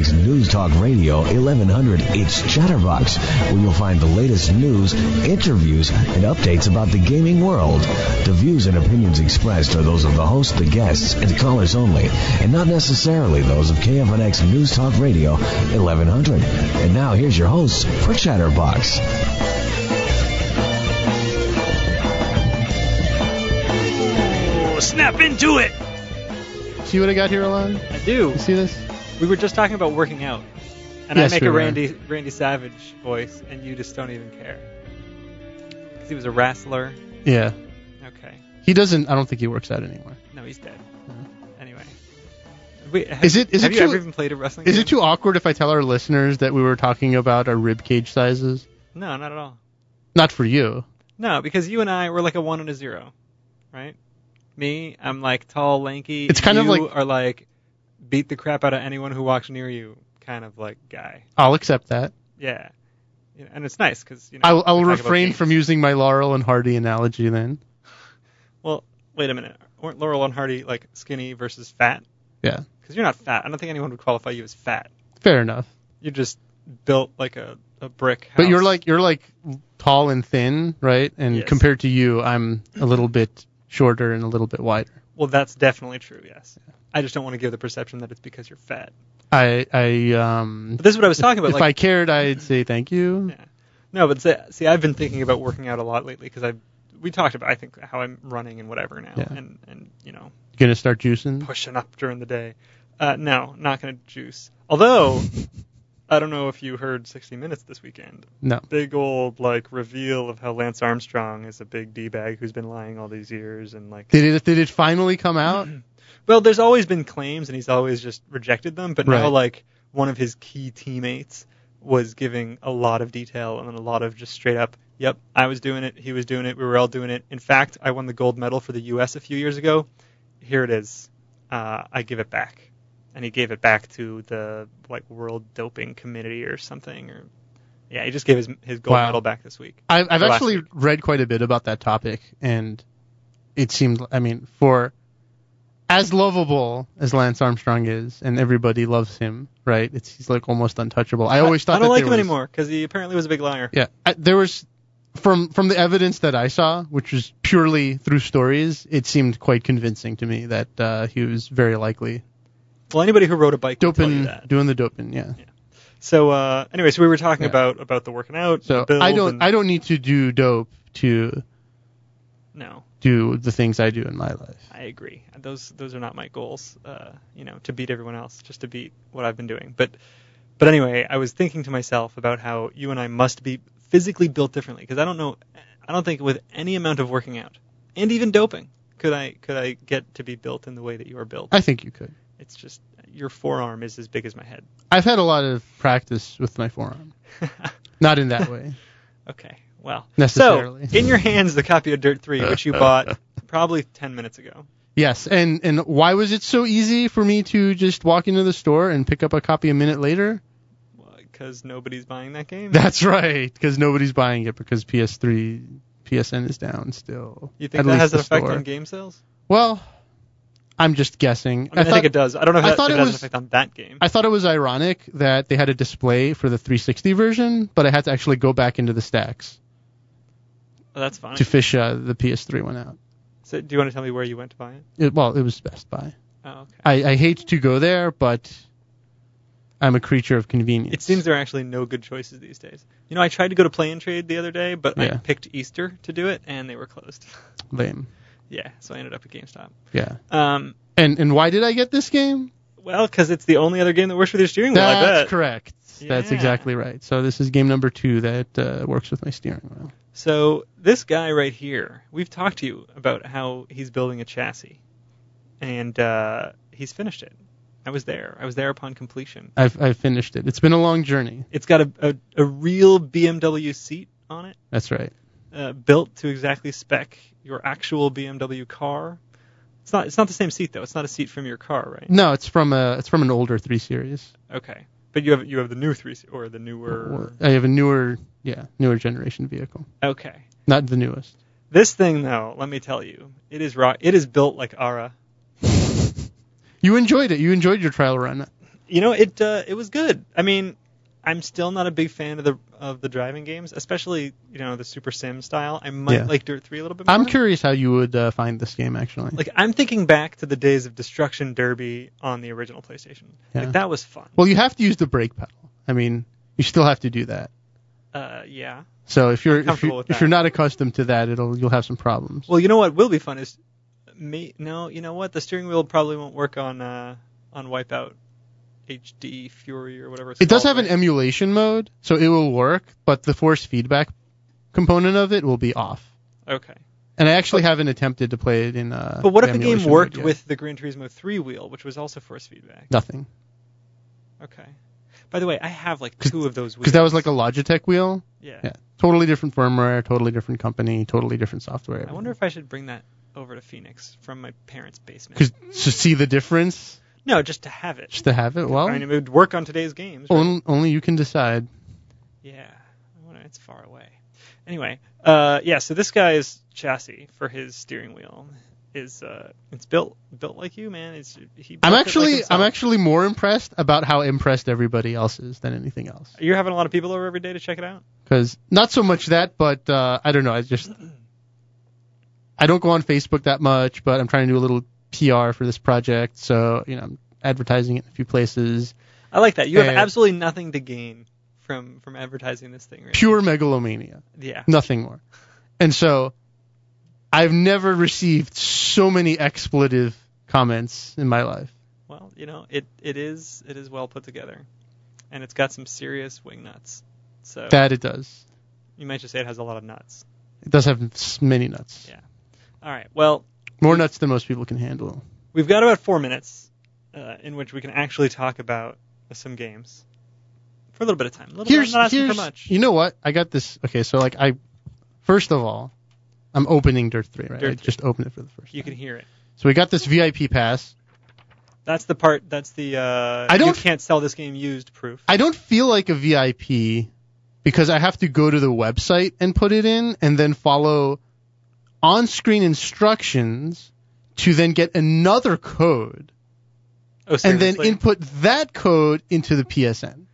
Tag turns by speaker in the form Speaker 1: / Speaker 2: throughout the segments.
Speaker 1: Talk Radio 1100. It's Chatterbox, where you'll find the latest news, interviews, and updates about the gaming world. The views and opinions expressed are those of the host, the guests, and callers only, and not necessarily those of KFNX News Talk Radio 1100. And now here's your host for Chatterbox.
Speaker 2: Oh, snap into it!
Speaker 3: See what I got here, Alon?
Speaker 2: I do.
Speaker 3: You see this?
Speaker 2: We were just talking about working out, and
Speaker 3: Yes,
Speaker 2: I make
Speaker 3: we
Speaker 2: a
Speaker 3: were.
Speaker 2: Randy Randy Savage voice, and you just don't even care because he was a wrestler.
Speaker 3: Yeah.
Speaker 2: Okay,
Speaker 3: He doesn't. I don't think he works out anymore.
Speaker 2: no, he's dead.
Speaker 3: Mhm.
Speaker 2: Anyway, Wait, have,
Speaker 3: Is it- is
Speaker 2: have
Speaker 3: it
Speaker 2: you
Speaker 3: too-
Speaker 2: ever even played a wrestling?
Speaker 3: Is
Speaker 2: game?
Speaker 3: it too awkward if I tell our listeners that we were talking about our rib cage sizes?
Speaker 2: No, not at all.
Speaker 3: Not for you.
Speaker 2: No, because you and I were like a one and a zero, right? Me, I'm like tall, lanky.
Speaker 3: It's kind
Speaker 2: you
Speaker 3: of like-
Speaker 2: are like beat the crap out of anyone who walks near you, kind of like guy.
Speaker 3: I'll accept that.
Speaker 2: Yeah, Yeah, and it's nice because you know.
Speaker 3: I will, I will
Speaker 2: we talk about
Speaker 3: refrain
Speaker 2: games.
Speaker 3: from using my Laurel and Hardy analogy then.
Speaker 2: Well, wait a minute. Weren't Laurel and Hardy like skinny versus fat?
Speaker 3: Yeah.
Speaker 2: Because you're not fat. I don't think anyone would qualify you as fat.
Speaker 3: Fair enough.
Speaker 2: You're just built like a, a brick house.
Speaker 3: But you're like you're like tall and thin, right? And
Speaker 2: Yes.
Speaker 3: compared to you, I'm a little bit shorter and a little bit wider.
Speaker 2: Well, that's definitely true. Yes. I just don't want to give the perception that it's because you're fat.
Speaker 3: I I um
Speaker 2: But this is what I was talking about.
Speaker 3: if
Speaker 2: like,
Speaker 3: I cared, I'd say thank you.
Speaker 2: Yeah. No, but see, see, I've been thinking about working out a lot lately because I we talked about I think how I'm running and whatever now,
Speaker 3: Yeah.
Speaker 2: and and you know
Speaker 3: Gonna start juicing.
Speaker 2: pushing up during the day. Uh, no, not gonna juice. Although I don't know if you heard 60 Minutes this weekend.
Speaker 3: No.
Speaker 2: Big old like reveal of how Lance Armstrong is a big d bag who's been lying all these years and like.
Speaker 3: Did it did it finally come out?
Speaker 2: Well, there's always been claims, and he's always just rejected them. But now,
Speaker 3: Right.
Speaker 2: like one of his key teammates was giving a lot of detail and then a lot of just straight up, "Yep, I was doing it. He was doing it. We were all doing it. In fact, I won the gold medal for the U.S. a few years ago. Here it is. Uh, I give it back." And he gave it back to the like World Doping Committee or something, or yeah, he just gave his his gold
Speaker 3: Wow.
Speaker 2: medal back this week.
Speaker 3: I've, I've
Speaker 2: Last
Speaker 3: actually
Speaker 2: week.
Speaker 3: read quite a bit about that topic, and it seemed, I mean, for as lovable as Lance Armstrong is, and everybody loves him, right? It's he's like almost untouchable. I always thought
Speaker 2: I don't
Speaker 3: that
Speaker 2: like
Speaker 3: there
Speaker 2: him
Speaker 3: was,
Speaker 2: anymore because he apparently was a big liar.
Speaker 3: Yeah, I, there was from from the evidence that I saw, which was purely through stories. It seemed quite convincing to me that uh, he was very likely
Speaker 2: Well, anybody who rode a bike would tell you that.
Speaker 3: doping, doing the doping. Yeah.
Speaker 2: So uh, anyway, so we were talking
Speaker 3: Yeah.
Speaker 2: about about the working out.
Speaker 3: So
Speaker 2: the build
Speaker 3: I don't
Speaker 2: and-
Speaker 3: I don't need to do dope to
Speaker 2: No,
Speaker 3: do the things I do in my life.
Speaker 2: I agree. Those those are not my goals. Uh, you know, to beat everyone else, just to beat what I've been doing. But but anyway, I was thinking to myself about how you and I must be physically built differently because I don't know, I don't think with any amount of working out and even doping could I could I get to be built in the way that you are built.
Speaker 3: I think you could.
Speaker 2: It's just your forearm is as big as my head.
Speaker 3: I've had a lot of practice with my forearm. Not in that way.
Speaker 2: Okay. Well,
Speaker 3: Necessarily.
Speaker 2: so in your hands, the copy of Dirt 3, which you bought probably 10 minutes ago.
Speaker 3: yes, and and why was it so easy for me to just walk into the store and pick up a copy a minute later?
Speaker 2: because nobody's buying that game.
Speaker 3: That's right, because nobody's buying it because PS3 PSN is down still.
Speaker 2: you think
Speaker 3: At
Speaker 2: that
Speaker 3: least
Speaker 2: has an
Speaker 3: the
Speaker 2: effect
Speaker 3: store.
Speaker 2: on game sales?
Speaker 3: Well, I'm just guessing.
Speaker 2: I, mean, I, think it does. I don't know if,
Speaker 3: I
Speaker 2: that,
Speaker 3: thought
Speaker 2: if it
Speaker 3: it
Speaker 2: has an
Speaker 3: was-
Speaker 2: effect on that game.
Speaker 3: I thought it was ironic that they had a display for the 360 version, but I had to actually go back into the stacks
Speaker 2: Oh, that's funny.
Speaker 3: to fish uh, the PS3 one out.
Speaker 2: So, do you want to tell me where you went to buy it?
Speaker 3: It, well, it was Best Buy.
Speaker 2: Oh, okay.
Speaker 3: I, I hate to go there, but I'm a creature of convenience.
Speaker 2: It seems there are actually no good choices these days. You know, I tried to go to Play and Trade the other day, but I
Speaker 3: Yeah.
Speaker 2: picked Easter to do it, and they were closed.
Speaker 3: lame.
Speaker 2: yeah, so I ended up at GameStop.
Speaker 3: Yeah.
Speaker 2: Um,
Speaker 3: And and why did I get this game?
Speaker 2: well, because it's the only other game that works with your steering wheel. I
Speaker 3: That's
Speaker 2: bet.
Speaker 3: correct. That's
Speaker 2: Yeah.
Speaker 3: exactly right. So this is game number two that uh, works with my steering wheel.
Speaker 2: So this guy right here, we've talked to you about how he's building a chassis, and uh, he's finished it. I was there. I was there upon completion.
Speaker 3: I've I've finished it. It's been a long journey.
Speaker 2: It's got a, a, a real BMW seat on it,
Speaker 3: That's right.
Speaker 2: uh, built to exactly spec your actual BMW car. It's not it's not the same seat though. It's not a seat from your car, right?
Speaker 3: No, it's from a it's from an older three series.
Speaker 2: Okay, but you have you have the new three se- or the newer.
Speaker 3: I have a newer yeah newer generation vehicle,
Speaker 2: Okay,
Speaker 3: not the newest.
Speaker 2: this thing though, let me tell you, it is rock. It is built like Ara.
Speaker 3: You enjoyed it. You enjoyed your trial run.
Speaker 2: you know, it uh, it was good. I mean, I'm still not a big fan of the of the driving games, especially you know the Super Sim style. I might
Speaker 3: Yeah.
Speaker 2: like Dirt Three a little bit more.
Speaker 3: I'm curious how you would uh, find this game actually.
Speaker 2: Like I'm thinking back to the days of Destruction Derby on the original PlayStation.
Speaker 3: Yeah.
Speaker 2: Like that was fun.
Speaker 3: well, you have to use the brake pedal. I mean, you still have to do that.
Speaker 2: Uh, yeah.
Speaker 3: So if you're if,
Speaker 2: comfortable
Speaker 3: you,
Speaker 2: with
Speaker 3: if
Speaker 2: that.
Speaker 3: you're not accustomed to that, it'll you'll have some problems.
Speaker 2: Well, you know what will be fun is me. No, you know what? The steering wheel probably won't work on uh, on Wipeout HD Fury or whatever. It's
Speaker 3: It does
Speaker 2: called,
Speaker 3: have an
Speaker 2: right?
Speaker 3: emulation mode, so it will work, but the force feedback component of it will be off.
Speaker 2: Okay.
Speaker 3: And I actually haven't attempted to play it in. Uh,
Speaker 2: But what if the game
Speaker 3: emulation
Speaker 2: worked
Speaker 3: mode yet.
Speaker 2: with the Gran Turismo 3 wheel, which was also force feedback?
Speaker 3: nothing?
Speaker 2: Okay. By the way, I have like
Speaker 3: 'Cause-
Speaker 2: two of those wheels.
Speaker 3: Because that was like a Logitech wheel.
Speaker 2: yeah.
Speaker 3: Yeah, totally different firmware, totally different company, totally different software.
Speaker 2: I wonder if I should bring that over to Phoenix from my parents' basement.
Speaker 3: because to see the difference,
Speaker 2: No, just to have it.
Speaker 3: just to have it. Well,
Speaker 2: I mean, it would work on today's games. right?
Speaker 3: only, only you can decide.
Speaker 2: Yeah, I wonder, it's far away. Anyway, uh, yeah. So this guy's chassis for his steering wheel is uh, it's built built like you, man. It's he. built it
Speaker 3: I'm
Speaker 2: like
Speaker 3: actually
Speaker 2: himself.
Speaker 3: I'm actually more impressed about how impressed everybody else is than anything else.
Speaker 2: You're having a lot of people over every day to check it out.
Speaker 3: Because not so much that, but uh, I don't know. I just I don't go on Facebook that much, but I'm trying to do a little PR for this project, so you know I'm advertising it in a few places.
Speaker 2: I like that. You have
Speaker 3: Yeah.
Speaker 2: absolutely nothing to gain from from advertising this thing, right?
Speaker 3: Pure megalomania.
Speaker 2: Yeah.
Speaker 3: nothing more. And so I've never received so many expletive comments in my life.
Speaker 2: Well, you know, it it is it is well put together, and it's got some serious wing nuts. So
Speaker 3: That it does.
Speaker 2: you might just say it has a lot of nuts.
Speaker 3: It does have s- many nuts.
Speaker 2: Yeah. All right. Well,
Speaker 3: More nuts than most people can handle.
Speaker 2: We've got about four minutes uh, in which we can actually talk about some games for a little bit of time. A little
Speaker 3: Here's
Speaker 2: bit, not asking
Speaker 3: here's
Speaker 2: for much.
Speaker 3: you know what? I got this. Okay, so like I first of all, I'm opening Dirt 3, right?
Speaker 2: Dirt
Speaker 3: I
Speaker 2: 3.
Speaker 3: just opened it for the first
Speaker 2: You
Speaker 3: time.
Speaker 2: can hear it.
Speaker 3: So we got this VIP pass.
Speaker 2: That's the part. That's the. Uh,
Speaker 3: I don't-
Speaker 2: You can't sell this game used proof.
Speaker 3: I don't feel like a VIP because I have to go to the website and put it in and then follow on screen instructions to then get another code
Speaker 2: oh,
Speaker 3: and then
Speaker 2: seriously?
Speaker 3: input that code into the PSN.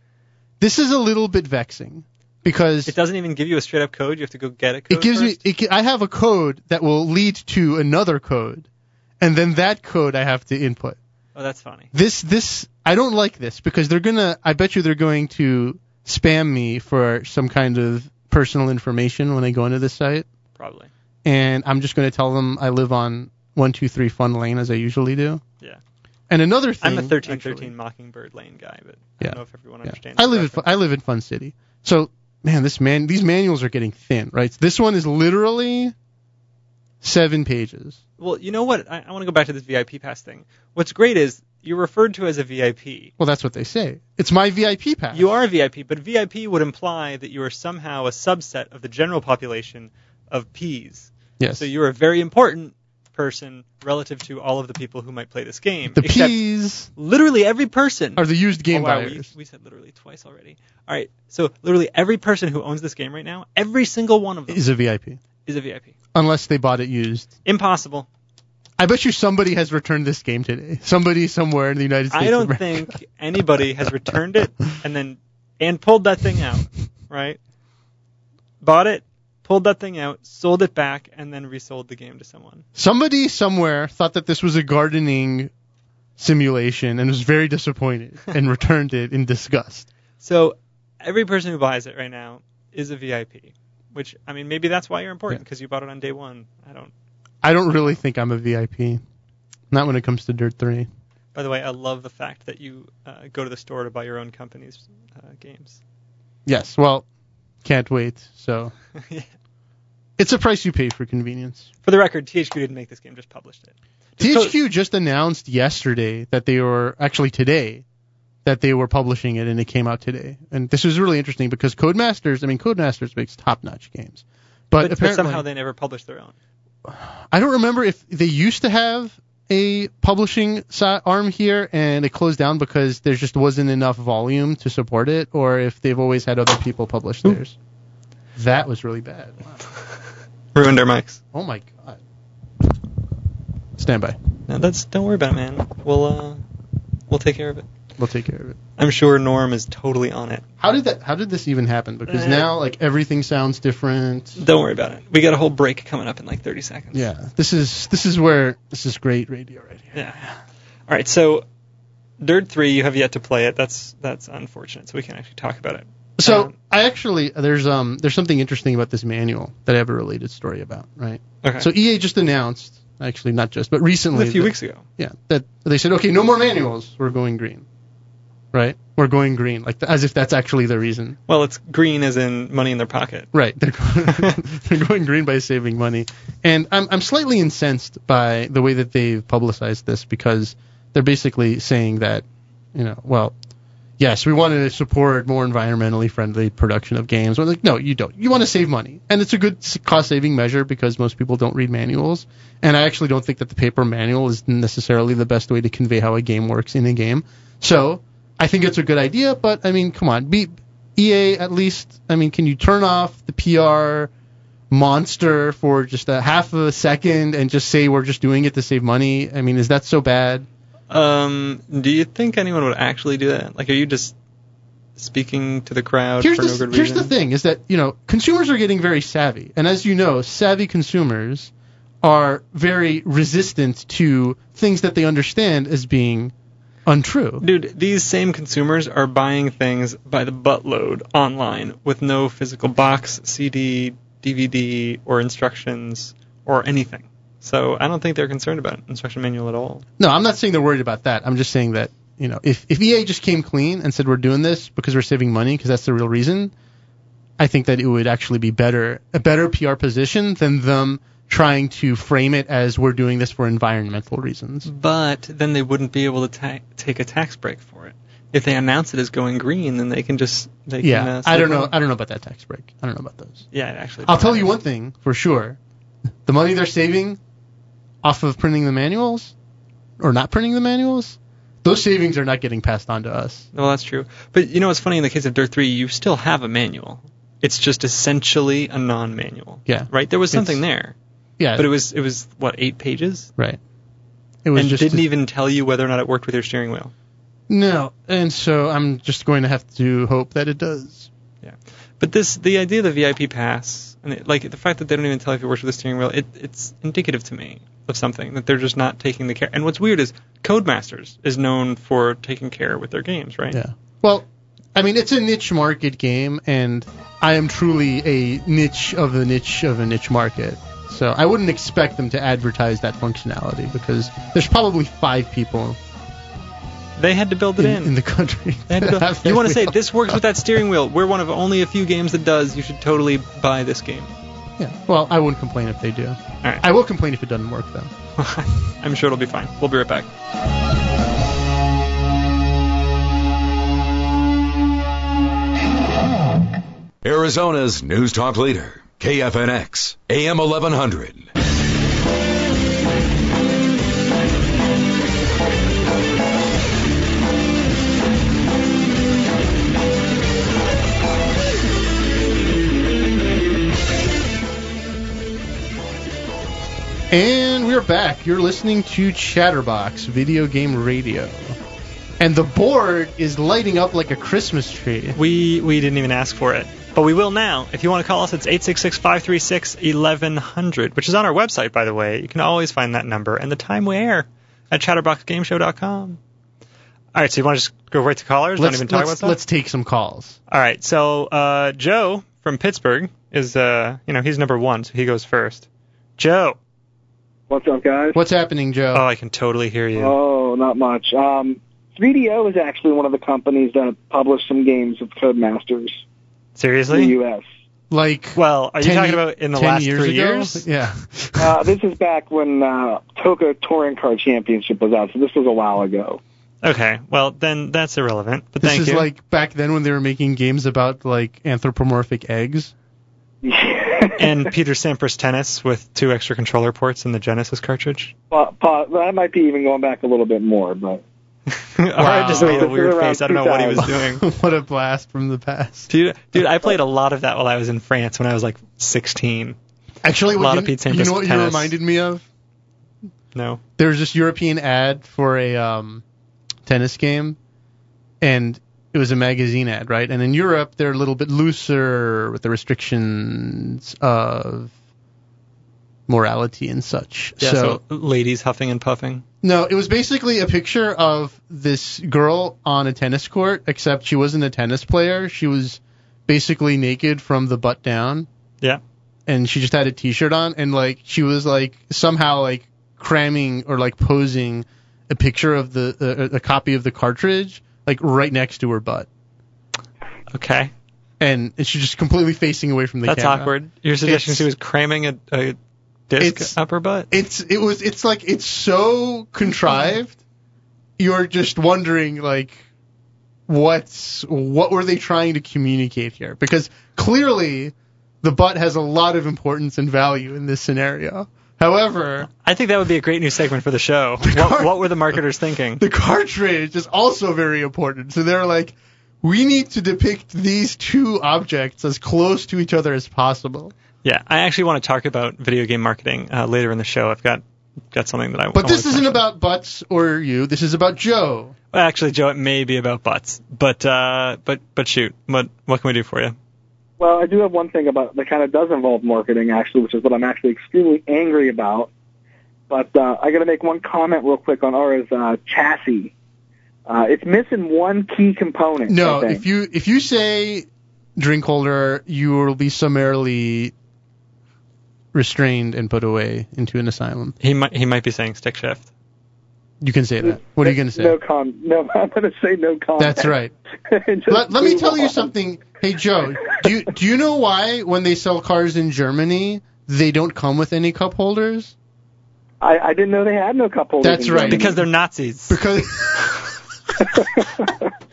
Speaker 3: This is a little bit vexing because
Speaker 2: it doesn't even give you a straight up code. You have to go get a code.
Speaker 3: it gives
Speaker 2: first.
Speaker 3: me it, gi- I have a code that will lead to another code and then that code I have to input.
Speaker 2: Oh, that's funny.
Speaker 3: this this I don't like this because they're gonna I bet you they're going to spam me for some kind of personal information when I go into this site
Speaker 2: Probably.
Speaker 3: and I'm just gonna tell them I live on one two three fun lane as I usually do.
Speaker 2: Yeah.
Speaker 3: And another thing
Speaker 2: I'm a 1313
Speaker 3: actually-
Speaker 2: Mockingbird Lane guy, but I
Speaker 3: Yeah.
Speaker 2: don't know if everyone
Speaker 3: yeah.
Speaker 2: understands.
Speaker 3: I
Speaker 2: the
Speaker 3: live at
Speaker 2: reference.
Speaker 3: I live in Fun City. So man, this man these manuals are getting thin, right? This one is literally seven pages.
Speaker 2: Well, you know what? I, I want to go back to this VIP pass thing. What's great is you're referred to as a VIP.
Speaker 3: Well, that's what they say. It's my VIP pass.
Speaker 2: You are a VIP, but VIP would imply that you are somehow a subset of the general population of Ps.
Speaker 3: yes.
Speaker 2: So you're a very important person relative to all of the people who might play this game.
Speaker 3: the
Speaker 2: except
Speaker 3: P's
Speaker 2: literally every person.
Speaker 3: are the used
Speaker 2: oh,
Speaker 3: game
Speaker 2: wow, we,
Speaker 3: buyers.
Speaker 2: we said literally twice already. All right, so literally every person who owns this game right now, every single one of them is,
Speaker 3: is a VIP.
Speaker 2: a VIP.
Speaker 3: unless they bought it used.
Speaker 2: Impossible.
Speaker 3: I bet you somebody has returned this game today. Somebody somewhere in the United States.
Speaker 2: I
Speaker 3: of
Speaker 2: don't
Speaker 3: America.
Speaker 2: think anybody has returned it and then and pulled that thing out, right? Bought it, pulled that thing out, sold it back, and then resold the game to someone.
Speaker 3: somebody somewhere thought that this was a gardening simulation and was very disappointed and returned it in disgust.
Speaker 2: So every person who buys it right now is a VIP, which I mean maybe that's why you're important
Speaker 3: Yeah.
Speaker 2: because you bought it on day one. I don't.
Speaker 3: I don't really think I'm a VIP. Not when it comes to Dirt 3.
Speaker 2: By the way, I love the fact that you uh, go to the store to buy your own company's uh, games.
Speaker 3: Yes, well, can't wait. So
Speaker 2: Yeah.
Speaker 3: it's a price you pay for convenience.
Speaker 2: For the record, THQ didn't make this game; just published it. Just
Speaker 3: THQ just announced yesterday that they were actually today that they were publishing it and it came out today. And this is really interesting because Codemasters, I mean Codemasters makes top-notch games. But,
Speaker 2: But, but
Speaker 3: apparently
Speaker 2: somehow they never published their own.
Speaker 3: I don't remember if they used to have a publishing si- arm here and it closed down because there just wasn't enough volume to support it or if they've always had other people publish theirs. That was really bad. Wow.
Speaker 2: Ruined our mics.
Speaker 3: Oh my god. Stand by.
Speaker 2: No, that's don't worry about it, man. We'll uh, we'll take care of it.
Speaker 3: We'll take care of it.
Speaker 2: I'm sure Norm is totally on it.
Speaker 3: How did that? How did this even happen? Because
Speaker 2: Eh.
Speaker 3: now like everything sounds different.
Speaker 2: Don't worry about it. We got a whole break coming up in like 30 seconds.
Speaker 3: Yeah, this is this is where this is great radio right here.
Speaker 2: Yeah. All right. So, Dirt Three, you have yet to play it. That's that's unfortunate. So we can actually talk about it.
Speaker 3: So
Speaker 2: Um,
Speaker 3: I actually there's um there's something interesting about this manual that I have a related story about, right?
Speaker 2: Okay.
Speaker 3: So EA just announced, actually not just, but recently,
Speaker 2: a few
Speaker 3: that-
Speaker 2: weeks ago.
Speaker 3: yeah, that they said, okay, no more manuals, we're going green, right? We're going green, like th- as if that's actually the reason,
Speaker 2: Well, it's green as in money in their pocket.
Speaker 3: right? They're going, they're going green by saving money, and I'm I'm slightly incensed by the way that they've publicized this because they're basically saying that, you know, well. Yes, we want to support more environmentally friendly production of games. We're like, no, you don't. You want to save money, and it's a good cost saving measure because most people don't read manuals. And I actually don't think that the paper manual is necessarily the best way to convey how a game works in a game. So I think it's a good idea, but I mean, come on, be, EA at least. I mean, can you turn off the PR monster for just a half of a second and just say we're just doing it to save money? I mean, is that so bad?
Speaker 2: Um, do you think anyone would actually do that? Like, are you just speaking to the crowd
Speaker 3: here's
Speaker 2: for
Speaker 3: the,
Speaker 2: no good
Speaker 3: here's
Speaker 2: reason?
Speaker 3: the thing is that you know consumers are getting very savvy and as you know savvy consumers are very resistant to things that they understand as being untrue
Speaker 2: Dude, these same consumers are buying things by the buttload online with no physical box, CD, DVD, or instructions or anything. So I don't think they're concerned about instruction manual at all.
Speaker 3: no i'm not saying they're worried about that i'm just saying that you know if, if ea just came clean and said we're doing this because we're saving money because that's the real reason i think that it would actually be better a better pr position than them trying to frame it as we're doing this for environmental reasons
Speaker 2: But then they wouldn't be able to ta- take a tax break for it. If they announce it as going green, then they can just they can.
Speaker 3: yeah
Speaker 2: uh,
Speaker 3: i
Speaker 2: save
Speaker 3: don't know
Speaker 2: money.
Speaker 3: i don't know about that tax break i don't know about those
Speaker 2: yeah, it actually.
Speaker 3: I'll tell you one thing for sure: the money they're saving off of printing the manuals, or not printing the manuals, those savings are not getting passed on to us.
Speaker 2: Well, that's true. But you know what's funny in the case of Dirt 3, you still have a manual. It's just essentially a non-manual.
Speaker 3: Yeah.
Speaker 2: Right? There was
Speaker 3: It's-
Speaker 2: something there,
Speaker 3: Yeah,
Speaker 2: but it was it was what eight pages,
Speaker 3: right. It was
Speaker 2: and
Speaker 3: just
Speaker 2: didn't even tell you whether or not it worked with your steering wheel.
Speaker 3: no, and so I'm just going to have to hope that it does.
Speaker 2: Yeah. But this the idea of the VIP pass and it, like the fact that they don't even tell if it works with the steering wheel, it, it's indicative to me of something that they're just not taking the care. And what's weird is Codemasters is known for taking care with their games, right?
Speaker 3: Yeah. Well, I mean, it's a niche market game, and I am truly a niche of the niche of a niche market. So I wouldn't expect them to advertise that functionality because there's probably five people
Speaker 2: They had to build it
Speaker 3: in,
Speaker 2: in.
Speaker 3: in the country.
Speaker 2: They had to build- uh, you want to say this works with that steering wheel? We're one of only a few games that does. You should totally buy this game.
Speaker 3: Yeah. Well, I wouldn't complain if they do.
Speaker 2: All right.
Speaker 3: I will complain if it doesn't work though.
Speaker 2: I'm sure it'll be fine. We'll be right back.
Speaker 4: Arizona's News Talk leader, KFNX, AM 1100.
Speaker 3: And we're back. You're listening to Chatterbox Video Game Radio, and the board is lighting up like a Christmas tree.
Speaker 2: We we didn't even ask for it, but we will now. If you want to call us, it's 866-536-1100, which is on our website, by the way. You can always find that number and the time we air at chatterboxgameshow.com. All right, so you want to just go right to callers?
Speaker 3: Let's,
Speaker 2: Don't even talk
Speaker 3: let's-
Speaker 2: about
Speaker 3: let's
Speaker 2: stuff.
Speaker 3: take some calls.
Speaker 2: All right, so uh, Joe from Pittsburgh is uh, you know he's number one, so he goes first. Joe,
Speaker 5: What's up, guys?
Speaker 3: What's happening, Joe?
Speaker 2: oh, I can totally hear you.
Speaker 5: Oh, not much. Um, 3DO is actually one of the companies that published some games with Codemasters in the
Speaker 2: Seriously?
Speaker 5: U.S.
Speaker 3: like,
Speaker 2: Well, are you
Speaker 3: 10
Speaker 2: talking about in the
Speaker 3: 10
Speaker 2: last
Speaker 3: years
Speaker 2: three
Speaker 3: ago?
Speaker 2: years?
Speaker 3: Yeah.
Speaker 5: Uh, this is back when uh, Toka Touring Car Championship was out, so this was a while ago.
Speaker 2: Okay, well then that's irrelevant. But
Speaker 3: this
Speaker 2: thank
Speaker 3: is
Speaker 2: you.
Speaker 3: like back then when they were making games about like anthropomorphic eggs.
Speaker 2: and Peter Sampras tennis with two extra controller ports in the Genesis cartridge.
Speaker 5: Pa- pa- that might be even going back a little bit more, but
Speaker 2: Ara just made a
Speaker 5: This is
Speaker 2: weird
Speaker 5: around
Speaker 2: face. I don't know what he was doing.
Speaker 3: what a blast from the past.
Speaker 2: Dude, dude, I played a lot of that while I was in France when I was like 16.
Speaker 3: Actually,
Speaker 2: A
Speaker 3: what
Speaker 2: lot
Speaker 3: you,
Speaker 2: of Pete
Speaker 3: you
Speaker 2: Sampras
Speaker 3: know what you
Speaker 2: tennis.
Speaker 3: reminded me of?
Speaker 2: No.
Speaker 3: there was this European ad for a um, tennis game, and it was a magazine ad, right? And in Europe, they're a little bit looser with the restrictions of morality and such.
Speaker 2: Yeah, so, ladies huffing and puffing.
Speaker 3: no, it was basically a picture of this girl on a tennis court, except she wasn't a tennis player. She was basically naked from the butt down,
Speaker 2: Yeah.
Speaker 3: and she just had a t-shirt on, and like she was like somehow like cramming or like posing a picture of the a, a copy of the cartridge like right next to her butt.
Speaker 2: Okay.
Speaker 3: and she's just completely facing away from the
Speaker 2: That's
Speaker 3: camera.
Speaker 2: awkward. You're suggesting
Speaker 3: It's-
Speaker 2: she was cramming a, a
Speaker 3: It's-
Speaker 2: disc up her butt?
Speaker 3: It's it was it's like it's so contrived. You're just wondering like what's what were they trying to communicate here? Because clearly the butt has a lot of importance and value in this scenario. However,
Speaker 2: I think that would be a great new segment for the show. What, what were the marketers thinking?
Speaker 3: the cartridge is also very important. So they're like we need to depict these two objects as close to each other as possible.
Speaker 2: Yeah, I actually want to talk about video game marketing uh, later in the show. I've got got something that Oh, I.
Speaker 3: But this isn't about butts or you. This is about Joe.
Speaker 2: Well, actually, Joe, it may be about butts, but uh, but but shoot, what what can we do for you?
Speaker 5: Well, I do have one thing about that kind of does involve marketing, actually, which is what I'm actually extremely angry about. But uh, I got to make one comment real quick on Aura's uh, chassis. Uh, it's missing one key component.
Speaker 3: No,
Speaker 5: I think.
Speaker 3: if you if you say drink holder, you will be summarily restrained and put away into an asylum.
Speaker 2: He might he might be saying stick shift.
Speaker 3: You can say that. What are you going to say?
Speaker 5: No com. No, I'm going to say no comment.
Speaker 3: That's right.
Speaker 5: And just
Speaker 3: Let, let me
Speaker 5: move
Speaker 3: tell you
Speaker 5: on.
Speaker 3: something. Hey Joe, do you, do you know why when they sell cars in Germany they don't come with any cup holders?
Speaker 5: I, I didn't know they had no cup holders.
Speaker 3: That's
Speaker 5: in
Speaker 3: right.
Speaker 5: Germany.
Speaker 2: Because they're Nazis.
Speaker 3: Because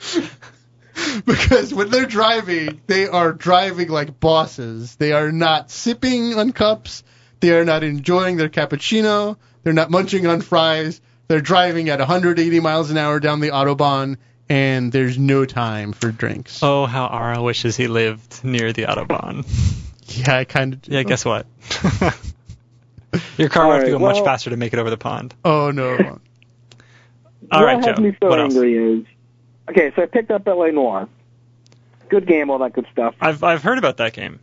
Speaker 3: because when they're driving, they are driving like bosses. They are not sipping on cups. They are not enjoying their cappuccino. They're not munching on fries. They're driving at 180 miles an hour down the autobahn, and there's no time for drinks.
Speaker 2: Oh, how Ara wishes he lived near the autobahn.
Speaker 3: yeah, I kind of.
Speaker 2: Yeah, guess what? Your car would have to
Speaker 5: Alright,
Speaker 2: go much
Speaker 5: well-
Speaker 2: faster to make it over the pond.
Speaker 3: Oh no.
Speaker 2: All right,
Speaker 5: what
Speaker 2: Joe.
Speaker 5: has me so
Speaker 2: what else?
Speaker 5: angry is okay. So I picked up L.A. Noir. Good game, all that good stuff.
Speaker 2: I've I've heard about that game.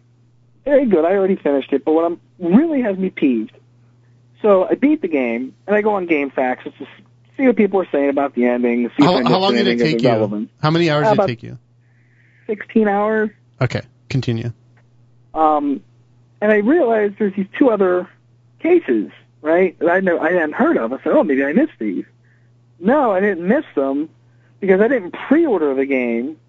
Speaker 5: Very good. I already finished it, but what I'm really has me peeved. So I beat the game, and I go on Game Facts just to s- see what people are saying about the ending. See if I
Speaker 3: how,
Speaker 5: missed
Speaker 3: how long did it
Speaker 5: anything
Speaker 3: take
Speaker 5: that's
Speaker 3: you?
Speaker 5: relevant.
Speaker 3: How many hours
Speaker 5: How
Speaker 3: did it
Speaker 5: about-
Speaker 3: take you?
Speaker 5: Sixteen hours.
Speaker 3: Okay, continue.
Speaker 5: Um, and I realized there's these two other cases, right? That I know I hadn't heard of. I said, oh, maybe I missed these. No, I didn't miss them because I didn't pre-order the game.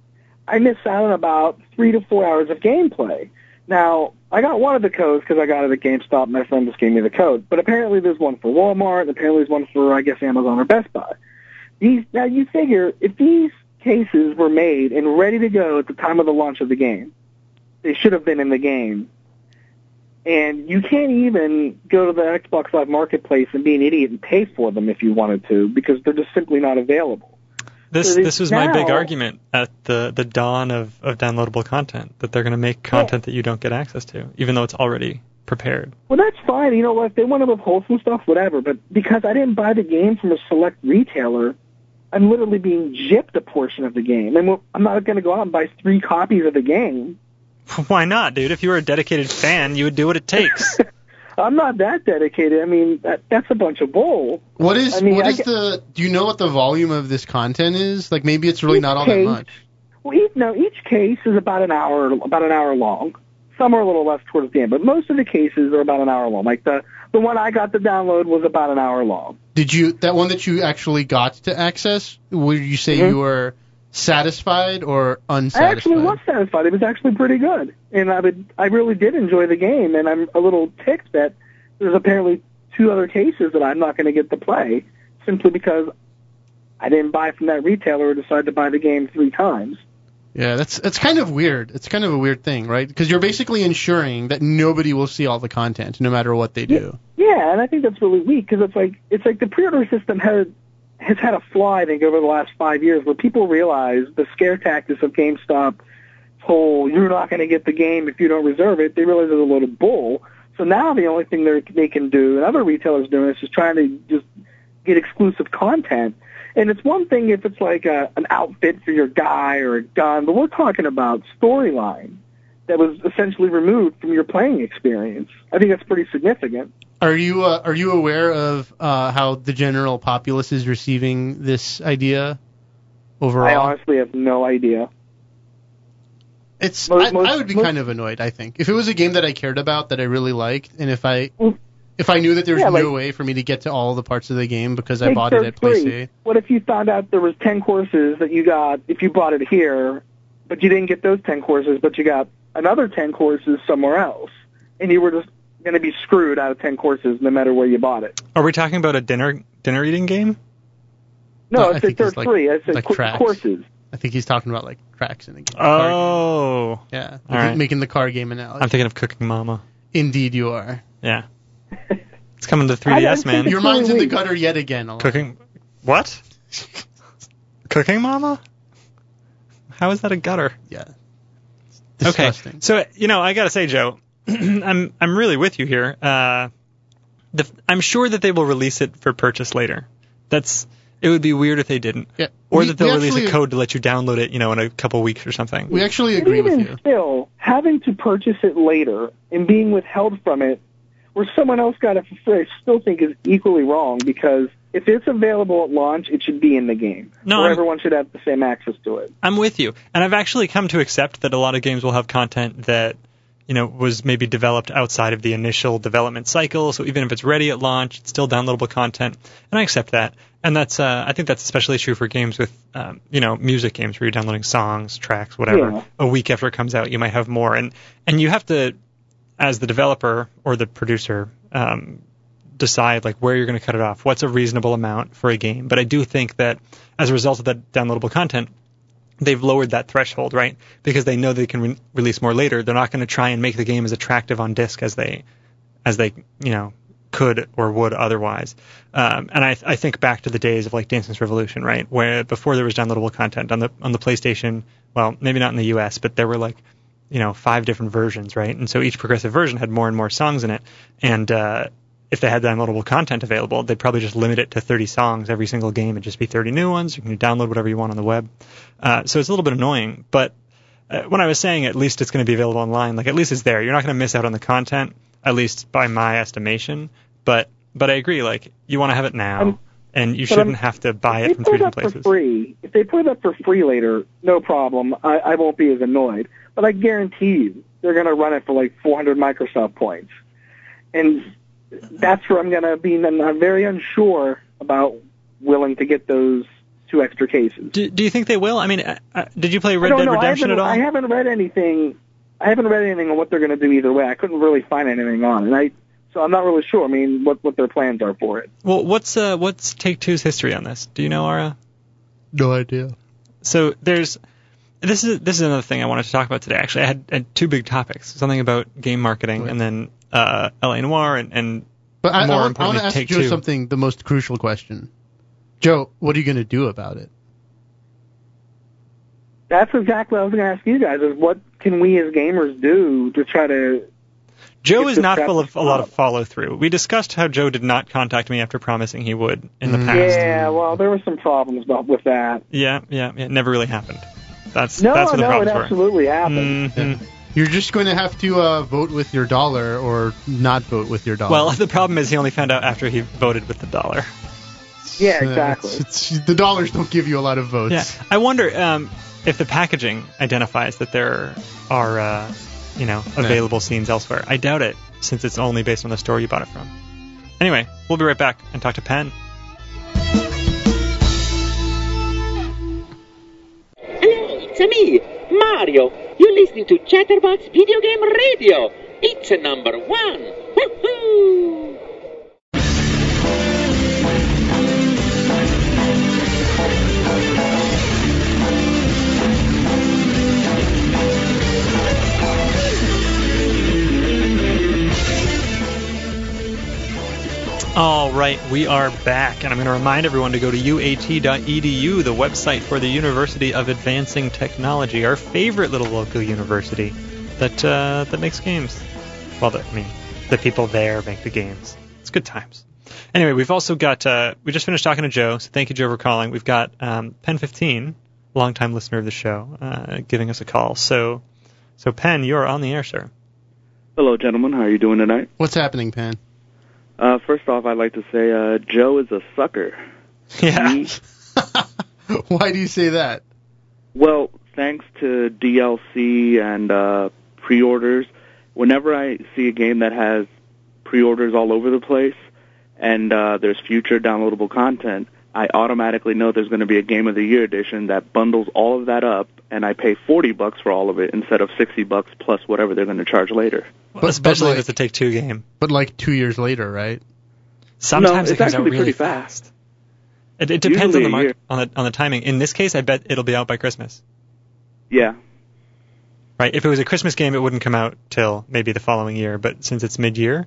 Speaker 5: I missed out on about three to four hours of gameplay. Now, I got one of the codes because I got it at GameStop. My friend just gave me the code. But apparently there's one for Walmart. Apparently there's one for, I guess, Amazon or Best Buy. These, now, you figure if these cases were made and ready to go at the time of the launch of the game, they should have been in the game. And you can't even go to the Xbox Live Marketplace and be an idiot and pay for them if you wanted to because they're just simply not available.
Speaker 2: This
Speaker 5: So they-
Speaker 2: this was my big
Speaker 5: now-
Speaker 2: argument at the, the dawn of, of downloadable content that they're going to make content that you don't get access to, even though it's already prepared.
Speaker 5: Well, that's fine. You know what? If they want to withhold some stuff, whatever. But because I didn't buy the game from a select retailer, I'm literally being gypped a portion of the game. And well, I'm not going to go out and buy three copies of the game.
Speaker 2: Why not, dude? If you were a dedicated fan, you would do what it takes.
Speaker 5: I'm not that dedicated. I mean, that, that's a bunch of bull.
Speaker 3: What is
Speaker 5: I mean,
Speaker 3: what
Speaker 5: I
Speaker 3: is
Speaker 5: get-
Speaker 3: the? Do you know what the volume of this content is? Like maybe it's really not all that
Speaker 5: Okay.
Speaker 3: much.
Speaker 5: Well, each, no, each case is about an hour, about an hour long. Some are a little less towards the end, but most of the cases are about an hour long. Like the the one I got to download was about an hour long.
Speaker 3: Did you that one that you actually got to access? Would you say
Speaker 5: Mhm.
Speaker 3: you were satisfied or
Speaker 5: I actually
Speaker 3: unsatisfied?
Speaker 5: was satisfied. It was actually pretty good, and I would, I really did enjoy the game. And I'm a little ticked that there's apparently two other cases that I'm not going to get to play simply because I didn't buy from that retailer or decided to buy the game three times.
Speaker 3: yeah, that's that's kind of weird. It's kind of a weird thing, right? Because you're basically ensuring that nobody will see all the content, no matter what they do.
Speaker 5: Yeah, and I think that's really weak because it's like it's like the pre-order system had has had a flaw I think over the last five years where people realize the scare tactics of GameStop whole you're not going to get the game if you don't reserve it. They realize it's a load of bull. So now the only thing they they can do and other retailers doing is just trying to just get exclusive content. And it's one thing if it's like a, an outfit for your guy or a gun, but we're talking about storyline that was essentially removed from your playing experience. I think that's pretty significant.
Speaker 3: Are you uh, are you aware of uh, how the general populace is receiving this idea
Speaker 5: I
Speaker 3: overall?
Speaker 5: honestly have no idea.
Speaker 3: it's
Speaker 5: most-
Speaker 3: I,
Speaker 5: most-
Speaker 3: I would be
Speaker 5: most-
Speaker 3: kind of annoyed. I think if it was a game that I cared about that I really liked, and if I
Speaker 5: Well,
Speaker 3: if I knew that there was
Speaker 5: Mm. yeah,
Speaker 3: no
Speaker 5: like-
Speaker 3: way for me to get to all the parts of the game because I
Speaker 5: Take
Speaker 3: bought it
Speaker 5: Dirt
Speaker 3: at
Speaker 5: Three.
Speaker 3: PlayStation.
Speaker 5: What if you found out there was ten courses that you got if you bought it here, but you didn't get those ten courses, but you got another ten courses somewhere else, and you were just going to be screwed out of ten courses no matter where you bought it.
Speaker 2: Are we talking about a dinner dinner eating game?
Speaker 5: No,
Speaker 3: No, I
Speaker 5: I said
Speaker 3: think it's
Speaker 5: third
Speaker 3: like-
Speaker 5: three. I said
Speaker 3: like
Speaker 5: qu-
Speaker 3: tracks.
Speaker 5: courses.
Speaker 3: I think he's talking about like tracks in the game. Car-
Speaker 2: Oh,
Speaker 3: yeah,
Speaker 2: all
Speaker 3: Making-
Speaker 2: right.
Speaker 3: making the car game analogy.
Speaker 2: I'm thinking of Cooking Mama.
Speaker 3: Indeed, you are.
Speaker 2: Yeah, it's coming to
Speaker 5: I- I
Speaker 2: 3ds,
Speaker 5: think
Speaker 2: man.
Speaker 5: it's
Speaker 3: Your mind's in the
Speaker 5: really
Speaker 3: gutter yet again. Alon.
Speaker 2: Cooking what? Cooking Mama? How is that a gutter?
Speaker 3: Yeah.
Speaker 2: Okay.
Speaker 3: Disgusting.
Speaker 2: So you know, I gotta say, Joe, I'm I'm really with you here. Uh, the, I'm sure that they will release it for purchase later. That's it would be weird if they didn't.
Speaker 3: Yeah.
Speaker 2: Or
Speaker 3: We-
Speaker 2: that they'll
Speaker 3: we
Speaker 2: release a
Speaker 3: actually-
Speaker 2: code to let you download it, you know, in a couple weeks or something.
Speaker 3: We actually
Speaker 5: But
Speaker 3: agree
Speaker 5: even
Speaker 3: with you.
Speaker 5: still, having to purchase it later and being withheld from it, where someone else got it for free, I still think is equally wrong because if it's available at launch, it should be in the game.
Speaker 2: No,
Speaker 5: where
Speaker 2: I'm-
Speaker 5: everyone should have the same access to it.
Speaker 2: I'm with you, and I've actually come to accept that a lot of games will have content that you know was maybe developed outside of the initial development cycle. So even if it's ready at launch, it's still downloadable content, and I accept that. And that's uh, I think that's especially true for games with um, you know music games where you're downloading songs, tracks, whatever.
Speaker 5: Yeah.
Speaker 2: A week after it comes out, you might have more, and and you have to as the developer or the producer um, decide like where you're going to cut it off what's a reasonable amount for a game but i do think that as a result of that downloadable content they've lowered that threshold right because they know they can re- release more later they're not going to try and make the game as attractive on disc as they as they you know could or would otherwise um, and I, I think back to the days of like Dancing's Revolution right where before there was downloadable content on the on the PlayStation well maybe not in the US but there were like you know five different versions right and so each progressive version had more and more songs in it and uh, if they had downloadable content available they'd probably just limit it to 30 songs every single game it'd just be 30 new ones you can download whatever you want on the web uh, so it's a little bit annoying but uh, when I was saying at least it's going to be available online, like at least it's there. You're not going to miss out on the content, at least by my estimation. But but I agree, like you want to have it now,
Speaker 5: Um,
Speaker 2: and you
Speaker 5: but
Speaker 2: shouldn't
Speaker 5: I'm-
Speaker 2: have to buy it
Speaker 5: if
Speaker 2: from
Speaker 5: they
Speaker 2: three different
Speaker 5: put it up
Speaker 2: places.
Speaker 5: for free, if they put it up for free later, no problem. I, I won't be as annoyed. But I guarantee you, they're going to run it for like 400 Microsoft points, and that's where I'm going to be. I'm very unsure about willing to get those two extra cases.
Speaker 2: Do, do you think they will? I mean, uh, uh, did you play Red
Speaker 5: I don't
Speaker 2: Dead
Speaker 5: know.
Speaker 2: Redemption
Speaker 5: I
Speaker 2: at
Speaker 5: haven't,
Speaker 2: all?
Speaker 5: I haven't read anything. I haven't read anything on what they're going to do either way. I couldn't really find anything on, and I so I'm not really sure. I mean, what what their plans are for it.
Speaker 2: Well, what's uh, what's Take Two's history on this? Do you know, Ara?
Speaker 3: No idea.
Speaker 2: so there's this is this is another thing I wanted to talk about today. Actually, I had, had two big topics: something about game marketing, and then uh, LA Noir and, and
Speaker 3: But I,
Speaker 2: More
Speaker 3: I, want, I
Speaker 2: importantly,
Speaker 3: want to ask
Speaker 2: take
Speaker 3: Joe
Speaker 2: two.
Speaker 3: something, the most crucial question. Joe, what are you going to do about it?
Speaker 5: That's exactly what I was going to ask you guys: is what can we as gamers do to try to?
Speaker 2: Joe
Speaker 5: It's
Speaker 2: is
Speaker 5: just
Speaker 2: not
Speaker 5: that
Speaker 2: full of a lot of
Speaker 5: problem.
Speaker 2: follow through. We discussed how Joe did not contact me after promising he would in the past.
Speaker 5: Mm. Yeah, well, there were some problems about, with that.
Speaker 2: Yeah, yeah, yeah. It never really happened. That's
Speaker 5: No,
Speaker 2: that's what the
Speaker 5: no, it
Speaker 2: problems were.
Speaker 5: absolutely happened.
Speaker 2: Mhm.
Speaker 3: You're just going to have to uh, vote with your dollar or not vote with your dollar.
Speaker 2: Well, the problem is he only found out after he voted with the dollar.
Speaker 5: Yeah,
Speaker 3: Uh,
Speaker 5: exactly.
Speaker 3: it's- it's- the dollars don't give you a lot of votes.
Speaker 2: Yeah, I wonder um, if the packaging identifies that there are, uh, you know, available scenes elsewhere. I doubt it, since it's only based on the store you bought it from. Anyway, we'll be right back and talk to Penn.
Speaker 6: Hey, it's me, Mario. You're listening to Chatterbox Video Game Radio. It's number one. Woohoo!
Speaker 2: All right, we are back, and I'm going to remind everyone to go to uat.edu, E the website for the University of Advancing Technology, our favorite little local university that uh, that makes games. Well, the, I mean, the people there make the games. It's good times. Anyway, we've also got uh, we just finished talking to Joe, so thank you Joe for calling. We've got um, Pen fifteen, longtime listener of the show, uh, giving us a call. So, so Pen, you're on the air, sir.
Speaker 5: Hello, gentlemen. How are you doing tonight?
Speaker 3: What's happening, Pan?
Speaker 5: Uh, first off, I'd like to say uh, Joe is a sucker.
Speaker 2: Yeah.
Speaker 5: He-
Speaker 3: Why do you say that?
Speaker 5: well, thanks to DLC and uh, pre-orders, whenever I see a game that has pre-orders all over the place and uh, there's future downloadable content, I automatically know there's going to be a Game of the Year edition that bundles all of that up, and I pay 40 bucks for all of it instead of 60 bucks plus whatever they're going to charge later.
Speaker 3: but
Speaker 2: Especially
Speaker 3: like-
Speaker 2: if it's a take two game.
Speaker 3: But like two years later, right?
Speaker 2: Sometimes
Speaker 5: No,
Speaker 2: it comes
Speaker 5: it's
Speaker 2: out
Speaker 5: actually
Speaker 2: really
Speaker 5: pretty fast.
Speaker 2: It, it depends on
Speaker 5: Usually
Speaker 2: the,
Speaker 5: a
Speaker 2: mar-
Speaker 5: year.
Speaker 2: on the on the timing. In this case, I bet it'll be out by Christmas.
Speaker 5: Yeah.
Speaker 2: Right? If it was a Christmas game, it wouldn't come out till maybe the following year. But since it's mid year,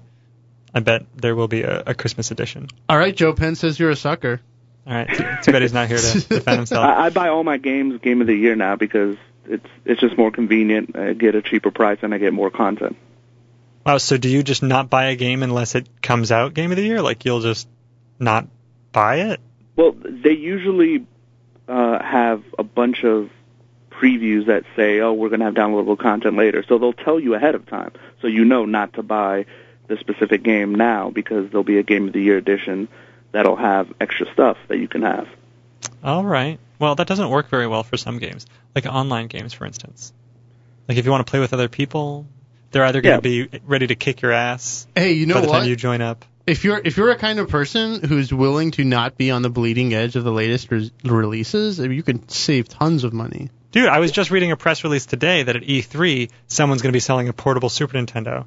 Speaker 2: I bet there will be a, a Christmas edition.
Speaker 3: All right, Joe Penn says you're a sucker.
Speaker 2: All right. Too, too bad he's not here to defend himself.
Speaker 5: I, I buy all my games Game of the Year now because it's it's just more convenient. I get a cheaper price and I get more content.
Speaker 2: Wow. So do you just not buy a game unless it comes out game of the year? Like you'll just not buy it?
Speaker 5: Well, they usually uh, have a bunch of previews that say, "Oh, we're going to have downloadable content later," so they'll tell you ahead of time, so you know not to buy the specific game now because there'll be a Game of the Year edition that'll have extra stuff that you can have.
Speaker 2: All right. Well, that doesn't work very well for some games, like online games, for instance. Like if you want to play with other people, they're either going to be ready to kick your ass
Speaker 3: Hey, you know
Speaker 2: by the
Speaker 3: what?
Speaker 2: time you join up.
Speaker 3: if you're if you're a kind of person who's willing to not be on the bleeding edge of the latest res- releases, I mean, you can save tons of money.
Speaker 2: Dude, I was just reading a press release today that at E3 someone's going to be selling a portable Super Nintendo.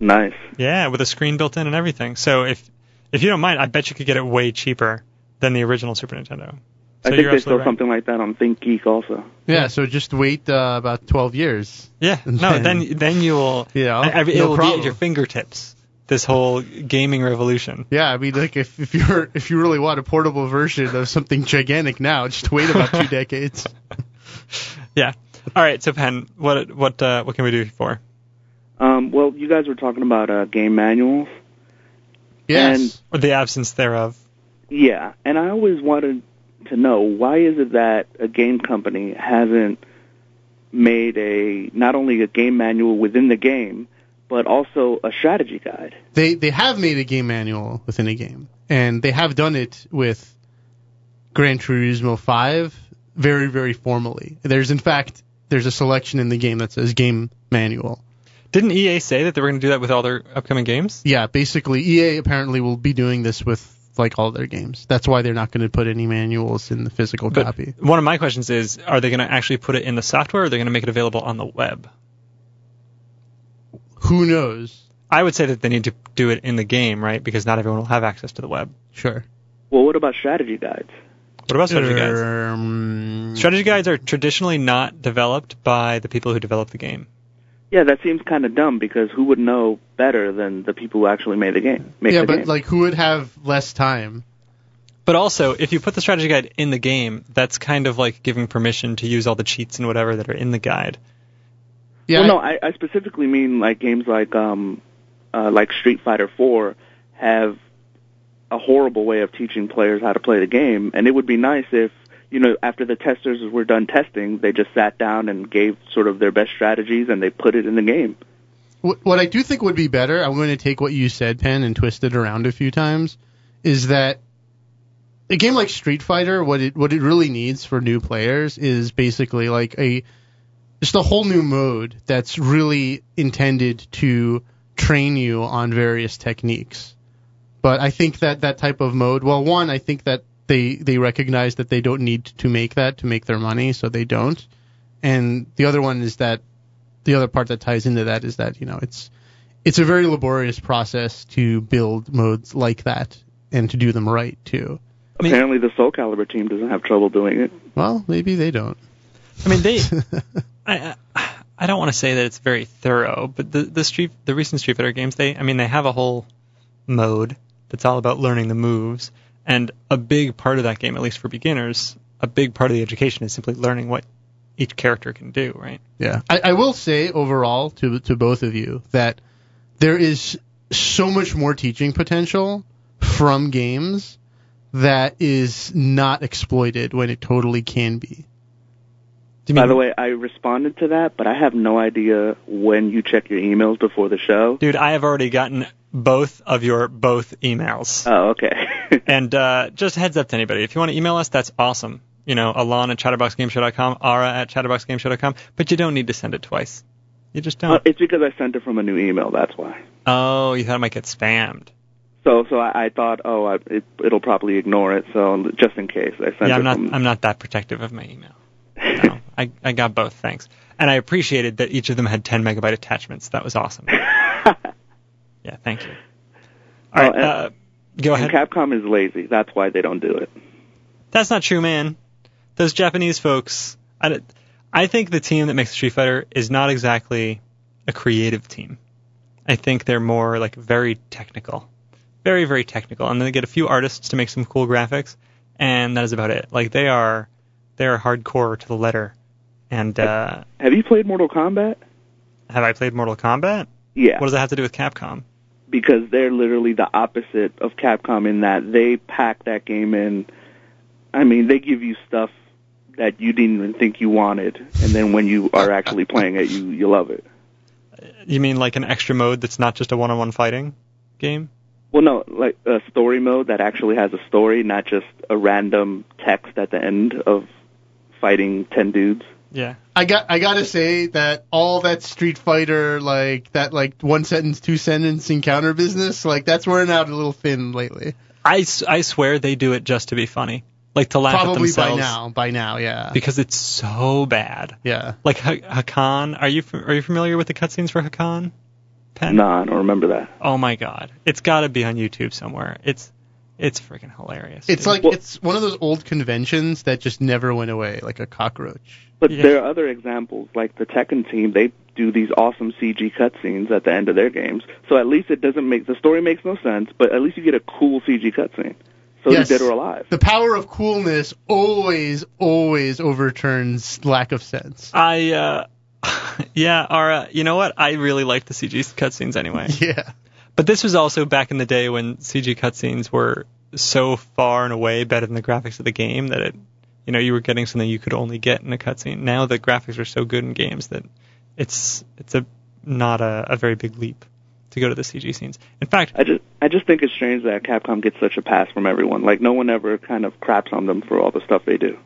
Speaker 5: Nice.
Speaker 2: Yeah, with a screen built in and everything. So if if you don't mind, I bet you could get it way cheaper than the original Super Nintendo. So
Speaker 5: I
Speaker 2: you're
Speaker 5: think they sell
Speaker 2: absolutely right.
Speaker 5: something like that on Think Geek also.
Speaker 3: Yeah, so just wait uh, about 12 years.
Speaker 2: Yeah. No, then then you will.
Speaker 3: Yeah,
Speaker 2: I, I,
Speaker 3: no
Speaker 2: it will be
Speaker 3: problem.
Speaker 2: at your fingertips. This whole gaming revolution.
Speaker 3: Yeah, I mean, like if, if you're if you really want a portable version of something gigantic now, just wait about two decades.
Speaker 2: Yeah. All right. So Penn, what what uh, what can we do for?
Speaker 5: Um, well, you guys were talking about uh, game manuals.
Speaker 3: Yes,
Speaker 5: And-
Speaker 2: Or the absence thereof.
Speaker 5: Yeah, and I always wanted to know why is it that a game company hasn't made a not only a game manual within the game, but also a strategy guide.
Speaker 3: they they have made a game manual within a game, and they have done it with Gran Turismo 5 very very formally. There's in fact there's a selection in the game that says game manual.
Speaker 2: Didn't EA say that they were going to do that with all their upcoming games?
Speaker 3: Yeah, basically EA apparently will be doing this with like all their games. That's why they're not going to put any manuals in the physical
Speaker 2: But
Speaker 3: copy.
Speaker 2: one of my questions is, are they going to actually put it in the software, or are they going to make it available on the web?
Speaker 3: Who knows?
Speaker 2: I would say that they need to do it in the game, right? Because not everyone will have access to the web.
Speaker 3: Sure.
Speaker 5: Well, what about strategy guides?
Speaker 2: What about strategy guides?
Speaker 3: Um,
Speaker 2: Strategy guides are traditionally not developed by the people who develop the game.
Speaker 5: Yeah, that seems kind of dumb because who would know better than the people who actually made the game? Make
Speaker 3: yeah,
Speaker 5: the
Speaker 3: but
Speaker 5: game.
Speaker 3: like who would have less time?
Speaker 2: But also, if you put the strategy guide in the game, that's kind of like giving permission to use all the cheats and whatever that are in the guide.
Speaker 3: Yeah.
Speaker 5: well, no, I, I specifically mean like games like um, uh, like Street Fighter Four have a horrible way of teaching players how to play the game, and it would be nice if you know after the testers were done testing, they just sat down and gave sort of their best strategies and they put it in the game.
Speaker 3: What, what I do think would be better, I'm going to take what you said, Penn, and twist it around a few times, is that a game like Street Fighter, what it what it really needs for new players is basically like a just a whole new mode that's really intended to train you on various techniques. But I think that that type of mode, well, one, I think that they they recognize that they don't need to make that to make their money, so they don't. And the other one is that the other part that ties into that is that you know it's it's a very laborious process to build modes like that and to do them right too.
Speaker 2: I mean-
Speaker 5: Apparently, the Soul Calibur team doesn't have trouble doing it.
Speaker 3: Well, maybe they don't.
Speaker 2: I mean, they. I, I I don't want to say that it's very thorough, but the the street the recent Street Fighter games, they I mean they have a whole mode that's all about learning the moves, and a big part of that game, at least for beginners, a big part of the education is simply learning what each character can do, right?
Speaker 3: Yeah, I, I will say overall to to both of you that there is so much more teaching potential from games that is not exploited when it totally can be.
Speaker 2: Do you
Speaker 5: By
Speaker 2: mean-
Speaker 5: the way, I responded to that, but I have no idea when you check your emails before the show.
Speaker 2: dude, I have already gotten both of your both emails.
Speaker 5: Oh, okay.
Speaker 2: And uh, just heads up to anybody, if you want to email us, that's awesome. You know, Alon at chatterboxgameshow.com, Ara at chatterboxgameshow.com, but you don't need to send it twice. You just
Speaker 5: Uh,
Speaker 2: don't.
Speaker 5: it's because I sent it from a new email. That's why.
Speaker 2: Oh, you thought I might get spammed.
Speaker 5: So, so I, I thought, oh, I, it, it'll probably ignore it. So, just in case, I
Speaker 2: Yeah,
Speaker 5: sent it
Speaker 2: I'm not.
Speaker 5: from.
Speaker 2: I'm not that protective of my email. No, I I got both. Thanks. And I appreciated that each of them had 10 megabyte attachments. That was awesome. yeah, thank you. All right,
Speaker 5: and-
Speaker 2: uh, go ahead.
Speaker 5: Capcom is lazy. That's why they don't do it.
Speaker 2: That's not true, man. Those Japanese folks. I, don't- I think the team that makes Street Fighter is not exactly a creative team. I think they're more like very technical, very very technical, and then they get a few artists to make some cool graphics, and that is about it. Like they are, they are hardcore to the letter. And uh,
Speaker 5: Have you played Mortal Kombat?
Speaker 2: have I played Mortal Kombat?
Speaker 5: Yeah,
Speaker 2: What does that have to do with Capcom?
Speaker 5: because they're literally the opposite of Capcom in that they pack that game in. I mean, they give you stuff that you didn't even think you wanted, and then when you are actually playing it, you you love it.
Speaker 2: You mean like an extra mode that's not just a one-on-one fighting game?
Speaker 5: Well, no, like a story mode that actually has a story, not just a random text at the end of fighting ten dudes.
Speaker 2: Yeah.
Speaker 3: I got I gotta say that all that Street Fighter like that like one sentence two sentence encounter business like that's wearing out a little thin lately.
Speaker 2: I, s- I swear they do it just to be funny, like to laugh at
Speaker 3: Probably by
Speaker 2: themselves
Speaker 3: now. By now, yeah,
Speaker 2: because it's so bad.
Speaker 3: yeah.
Speaker 2: Like H- Hakan, are you f- are you familiar with the cutscenes for Hakan? Pen?
Speaker 5: No, I don't remember that.
Speaker 2: Oh my god, it's got to be on YouTube somewhere. It's it's freaking hilarious.
Speaker 3: It's
Speaker 2: dude.
Speaker 3: like
Speaker 5: Well-
Speaker 3: it's one of those old conventions that just never went away, like a cockroach.
Speaker 5: But
Speaker 2: Yeah.
Speaker 5: there are other examples, like the Tekken team. They do these awesome CG cutscenes at the end of their games. So at least it doesn't make the story makes no sense, but at least you get a cool CG cutscene. So
Speaker 3: Yes.
Speaker 5: they're dead or alive.
Speaker 3: The power of coolness always, always overturns lack of sense.
Speaker 2: I uh, yeah, Ara, you know what? I really liked the CG cutscenes anyway.
Speaker 3: Yeah.
Speaker 2: But this was also back in the day when CG cutscenes were so far and away better than the graphics of the game that it, you know, you were getting something you could only get in a cutscene. Now the graphics are so good in games that it's it's a not a, a very big leap to go to the CG scenes. In fact,
Speaker 5: I just I just think it's strange that Capcom gets such a pass from everyone. Like no one ever kind of craps on them for all the stuff they do.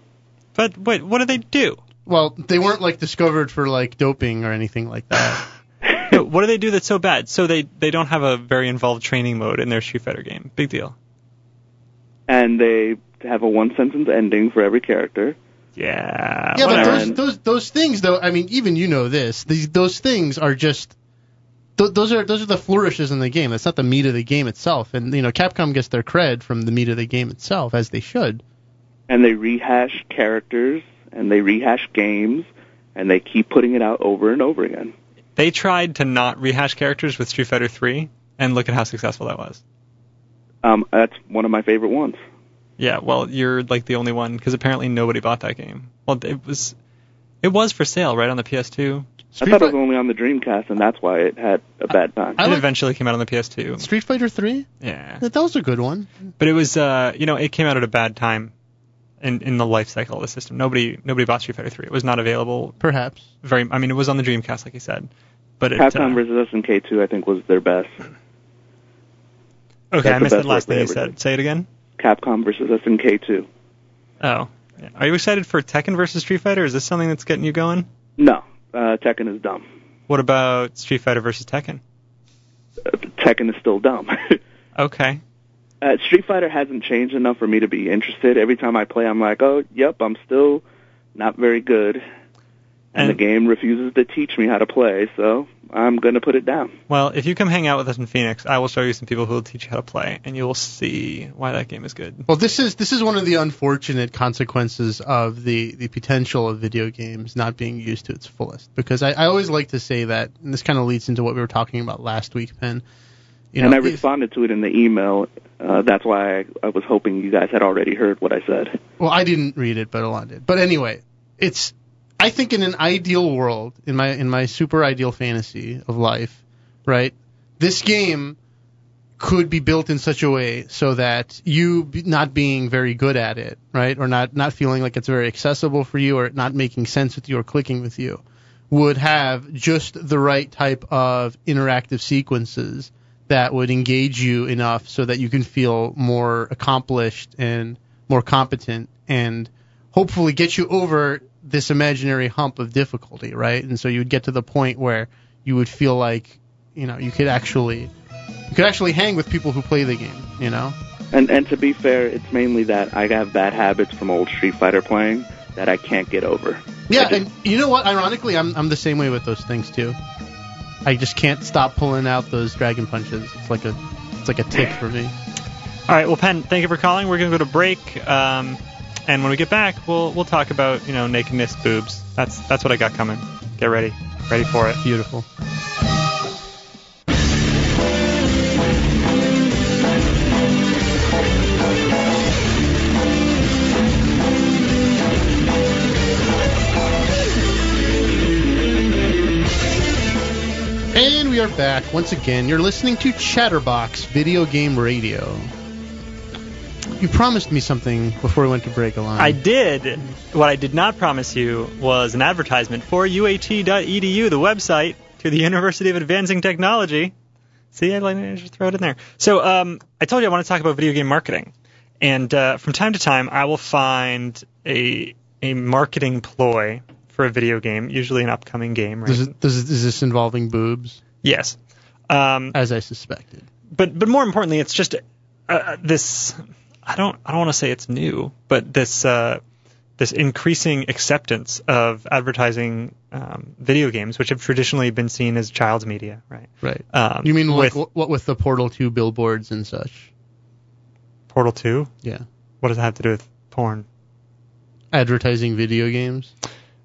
Speaker 2: but wait, what do they do?
Speaker 3: Well, they weren't like discovered for like doping or anything like that.
Speaker 2: No, what do they do that's so bad? So they they don't have a very involved training mode in their Street Fighter game. Big deal.
Speaker 5: And they have a one sentence ending for every character.
Speaker 2: Yeah.
Speaker 3: yeah, but
Speaker 5: whatever.
Speaker 3: those, those those things though. I mean, even you know this. These those things are just. th- Those are those are the flourishes in the game. That's not the meat of the game itself, and you know Capcom gets their cred from the meat of the game itself, as they should.
Speaker 5: and they rehash characters and they rehash games and they keep putting it out over and over again.
Speaker 2: they tried to not rehash characters with Street Fighter 3 and look at how successful that was.
Speaker 5: Um, that's one of my favorite ones.
Speaker 2: Yeah, well, you're like the only one because apparently nobody bought that game. Well, it was it was for sale right on the PS2.
Speaker 5: I
Speaker 3: Street,
Speaker 5: thought it was
Speaker 3: Fi-
Speaker 5: only on the Dreamcast, and that's why it had a bad time.
Speaker 3: I
Speaker 2: it
Speaker 3: like-
Speaker 2: eventually came out on the PS2.
Speaker 3: Street Fighter Three.
Speaker 2: Yeah,
Speaker 3: That that was a good one.
Speaker 2: but it was uh, you know, it came out at a bad time in in the life cycle of the system. Nobody nobody bought Street Fighter 3. It was not available
Speaker 3: Perhaps.
Speaker 2: very. I mean, it was on the Dreamcast, like you said. But it,
Speaker 5: Capcom
Speaker 2: uh,
Speaker 5: vs. SNK2, I think, was their best.
Speaker 2: okay, I
Speaker 5: that's the
Speaker 2: missed that last
Speaker 5: best work
Speaker 2: thing you
Speaker 5: they ever
Speaker 2: said. Say it again.
Speaker 5: Capcom vs. SNK2.
Speaker 2: Oh, Yeah. are you excited for Tekken versus Street Fighter? Is this something that's getting you going?
Speaker 5: No, uh, Tekken is dumb.
Speaker 2: What about Street Fighter versus Tekken?
Speaker 5: Uh, Tekken is still dumb.
Speaker 2: Okay.
Speaker 5: uh, Street Fighter hasn't changed enough for me to be interested. Every time I play, I'm like, oh, yep, I'm still not very good. And, the
Speaker 2: And-
Speaker 5: game refuses to teach me how to play, so I'm going to put it down.
Speaker 2: Well, if you come hang out with us in Phoenix, I will show you some people who will teach you how to play, and you will see why that game is good.
Speaker 3: Well, this is this is one of the unfortunate consequences of the, the potential of video games not being used to its fullest. Because I, I always like to say that, and this kind of leads into what we were talking about last week, Penn. You
Speaker 5: and I
Speaker 3: if-
Speaker 5: responded to it in the email. Uh, that's why I, I was hoping you guys had already heard what I said.
Speaker 3: Well, I didn't read it, but Alon did. But anyway, it's I think in an ideal world, in my in my super ideal fantasy of life, right? This game could be built in such a way so that you be- not being very good at it, right, or not not feeling like it's very accessible for you, or it not making sense with you, or clicking with you, would have just the right type of interactive sequences that would engage you enough so that you can feel more accomplished and more competent and hopefully get you over this imaginary hump of difficulty, right? And so you would get to the point where you would feel like, you know, you could actually you could actually hang with people who play the game, you know?
Speaker 7: And and to be fair, it's mainly that I have bad habits from old Street Fighter playing that I can't get over.
Speaker 3: Yeah, and you know what? Ironically, I'm I'm the same way with those things too. I just can't stop pulling out those dragon punches. It's like a it's like a tick for me.
Speaker 2: All right, well, Penn, thank you for calling. We're going to go to break, um, and when we get back, we'll we'll talk about you know nakedness, boobs. That's that's what I got coming. Get ready, ready for it.
Speaker 3: Beautiful. And we are back once again. You're listening to Chatterbox Video Game Radio. You promised me something before we went to break, Alon.
Speaker 2: I did. What I did not promise you was an advertisement for UAT.edu, E the website to the University of Advancing Technology. See, I like I just throw it in there. So, um, I told you I want to talk about video game marketing, and uh, from time to time, I will find a a marketing ploy for a video game, usually an upcoming game. Right?
Speaker 3: Does it, does it, is this involving boobs,
Speaker 2: yes. Um,
Speaker 3: as I suspected?
Speaker 2: but but more importantly, it's just uh, this. I don't I don't want to say it's new, but this uh, this increasing acceptance of advertising um, video games, which have traditionally been seen as child's media, right?
Speaker 3: Right.
Speaker 2: Um,
Speaker 3: you mean like
Speaker 2: with
Speaker 3: with, what with the Portal 2 billboards and such?
Speaker 2: Portal Two?
Speaker 3: Yeah.
Speaker 2: What does that have to do with porn?
Speaker 3: Advertising video games.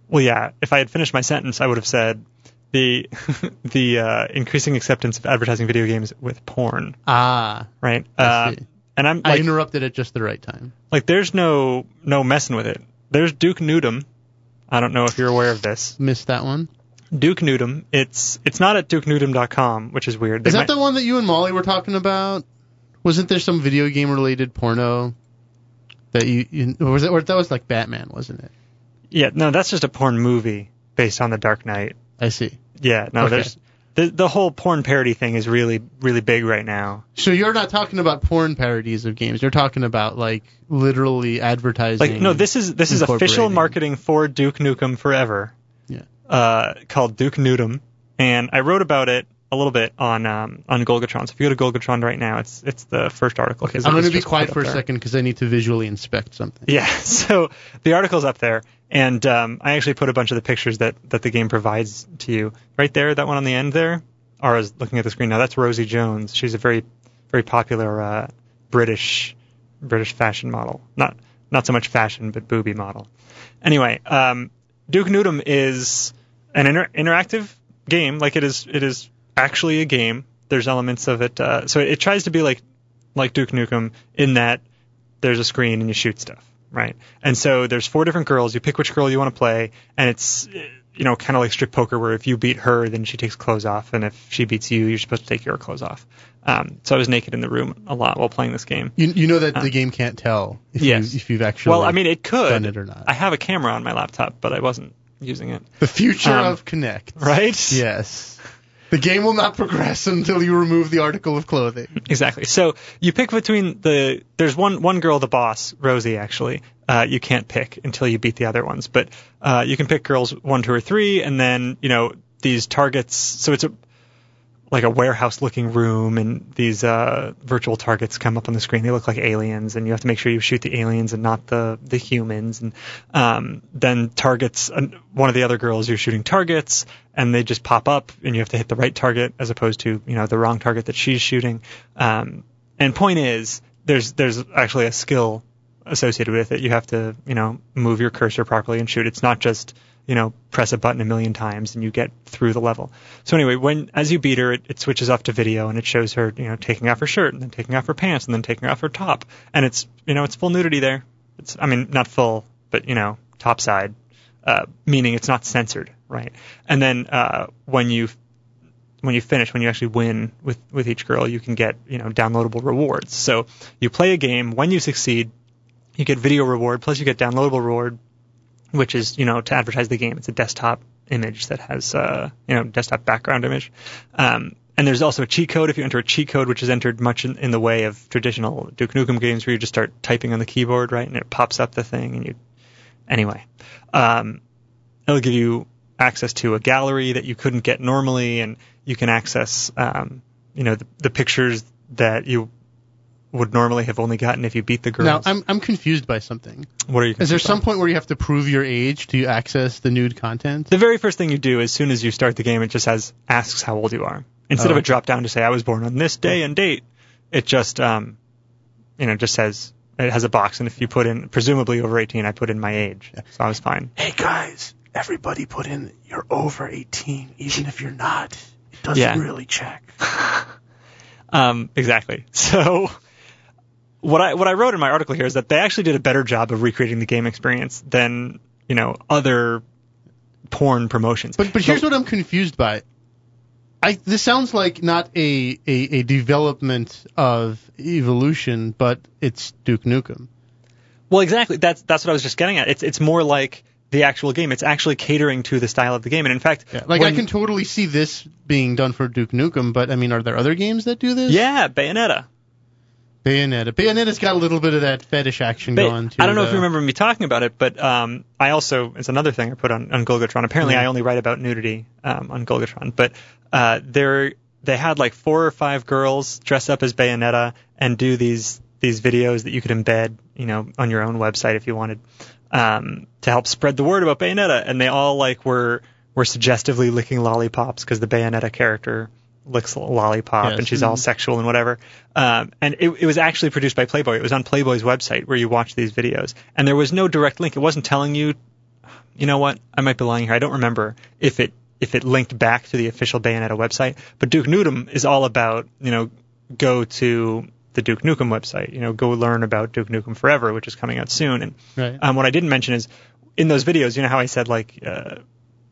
Speaker 2: Well, yeah. If I had finished my sentence, I would have said the the uh, increasing acceptance of advertising video games with porn,
Speaker 3: Ah,
Speaker 2: right?
Speaker 3: I
Speaker 2: Uh,
Speaker 3: see.
Speaker 2: and I'm
Speaker 3: I
Speaker 2: like,
Speaker 3: interrupted at just the right time.
Speaker 2: like there's no no messing with it. There's Duke Nukem. I don't know if you're aware of this.
Speaker 3: Missed that one.
Speaker 2: Duke Nukem. It's it's not at dukenukem.com, which is weird. They
Speaker 3: Is that
Speaker 2: might-
Speaker 3: the one that you and Molly were talking about? Wasn't there some video game related porno that you, you or was it or that was like Batman, wasn't it?
Speaker 2: yeah, no, that's just a porn movie based on The Dark Knight.
Speaker 3: I see.
Speaker 2: Yeah, no,
Speaker 3: Okay.
Speaker 2: there's the the whole porn parody thing is really really big right now.
Speaker 3: So you're not talking about porn parodies of games. You're talking about like literally advertising.
Speaker 2: Like no, this is this is official
Speaker 3: Incorporating.
Speaker 2: marketing for Duke Nukem Forever.
Speaker 3: Yeah.
Speaker 2: Uh, called Duke Nukem, and I wrote about it a little bit on um on Golgatron. So if you go to Golgatron right now, it's it's the first article.
Speaker 3: I'm going to be quiet for a second because I need to visually inspect something.
Speaker 2: Yeah, so the article's up there, and um, I actually put a bunch of the pictures that, that the game provides to you right there. That one on the end there, Ara's looking at the screen now. That's Rosie Jones. She's a very, very popular uh, British British fashion model. Not not so much fashion, but booby model. Anyway, um, Duke Nukem is an inter- interactive game. Like it is, it is actually a game. There's elements of it. Uh, so it, it tries to be like like Duke Nukem in that there's a screen and you shoot stuff, right? And so there's four different girls. You pick which girl you want to play, and it's eh, you know kind of like strip poker where if you beat her, then she takes clothes off, and if she beats you, you're supposed to take your clothes off. Um, so I was naked in the room a lot while playing this game.
Speaker 3: You, you know that the game can't tell if,
Speaker 2: Uh, Yes.
Speaker 3: you, if you've actually.
Speaker 2: well, I mean, it could.
Speaker 3: done it or not.
Speaker 2: I have a camera on my laptop, but I wasn't using it.
Speaker 3: the future
Speaker 2: um,
Speaker 3: of Connect.
Speaker 2: Right?
Speaker 3: Yes. The game will not progress until you remove the article of clothing.
Speaker 2: Exactly. So you pick between the there's one one girl, the boss, Rosie actually. Uh, you can't pick until you beat the other ones, but uh, you can pick girls one, two, or three, and then you know these targets. So it's a like a warehouse looking room, and these uh, virtual targets come up on the screen. They look like aliens, and you have to make sure you shoot the aliens and not the the humans. And um, then targets, and one of the other girls, you're shooting targets, and they just pop up, and you have to hit the right target as opposed to you know the wrong target that she's shooting. Um, and point is, there's there's actually a skill associated with it. You have to, you know, move your cursor properly and shoot. It's not just, you know, press a button a million times and you get through the level. So anyway, when as you beat her, it, it switches off to video and it shows her, you know, taking off her shirt and then taking off her pants and then taking off her top. And it's, you know, it's full nudity there. It's, I mean, not full, but you know, top side, uh, meaning it's not censored, right? And then uh, when you when you finish, when you actually win with, with each girl, you can get you know downloadable rewards. So you play a game. When you succeed, you get video reward. Plus you get downloadable reward, which is you know to advertise the game. It's a desktop image that has uh, you know desktop background image. Um, and there's also a cheat code if you enter a cheat code, which is entered much in, in the way of traditional Duke Nukem games, where you just start typing on the keyboard, right, and it pops up the thing, and you. Anyway, um, it'll give you access to a gallery that you couldn't get normally, and you can access, um, you know, the, the pictures that you would normally have only gotten if you beat the
Speaker 3: Now
Speaker 2: girls.
Speaker 3: I'm I'm confused by something.
Speaker 2: what are you?
Speaker 3: Is there
Speaker 2: confused by?
Speaker 3: some point where you have to prove your age to access the nude content?
Speaker 2: The very first thing you do as soon as you start the game, it just has asks how old you are. Instead of
Speaker 3: Oh.
Speaker 2: a drop down to say I was born on this day and date, it just um, you know just says it has a box, and if you put in presumably over 18, I put in my age, so I was fine.
Speaker 3: Hey guys, everybody put in you're over 18, even if you're not. It doesn't
Speaker 2: Yeah.
Speaker 3: really check.
Speaker 2: Um, exactly. So what I what I wrote in my article here is that they actually did a better job of recreating the game experience than you know other porn promotions.
Speaker 3: But but here's what I'm confused by. I this sounds like not a, a, a development of evolution, but it's Duke Nukem.
Speaker 2: Well, exactly. That's that's what I was just getting at. It's it's more like the actual game. It's actually catering to the style of the game. And in fact,
Speaker 3: Like
Speaker 2: when-
Speaker 3: I can totally see this being done for Duke Nukem, but I mean, are there other games that do this?
Speaker 2: yeah, Bayonetta.
Speaker 3: Bayonetta. Bayonetta's got a little bit of that fetish action
Speaker 2: Bay-
Speaker 3: going. Too,
Speaker 2: I don't know if
Speaker 3: though.
Speaker 2: you remember me talking about it, but um, I also it's another thing I put on on Golgotron. Apparently,
Speaker 3: Mhm.
Speaker 2: I only write about nudity um, on Golgotron, but uh, there they had like four or five girls dress up as Bayonetta and do these these videos that you could embed, you know, on your own website if you wanted um, to help spread the word about Bayonetta. And they all like were were suggestively licking lollipops because the Bayonetta character licks a lollipop
Speaker 3: Yes. Mm-hmm.
Speaker 2: and she's all sexual and whatever. Um, and it, it was actually produced by Playboy. It was on Playboy's website where you watch these videos. And there was no direct link. It wasn't telling you. You know what? I might be lying here. I don't remember if it if it linked back to the official Bayonetta website. But Duke Nukem is all about you know go to the Duke Nukem website. You know go learn about Duke Nukem Forever, which is coming out soon. And
Speaker 3: Right.
Speaker 2: um, what I didn't mention is in those videos, you know how I said like uh,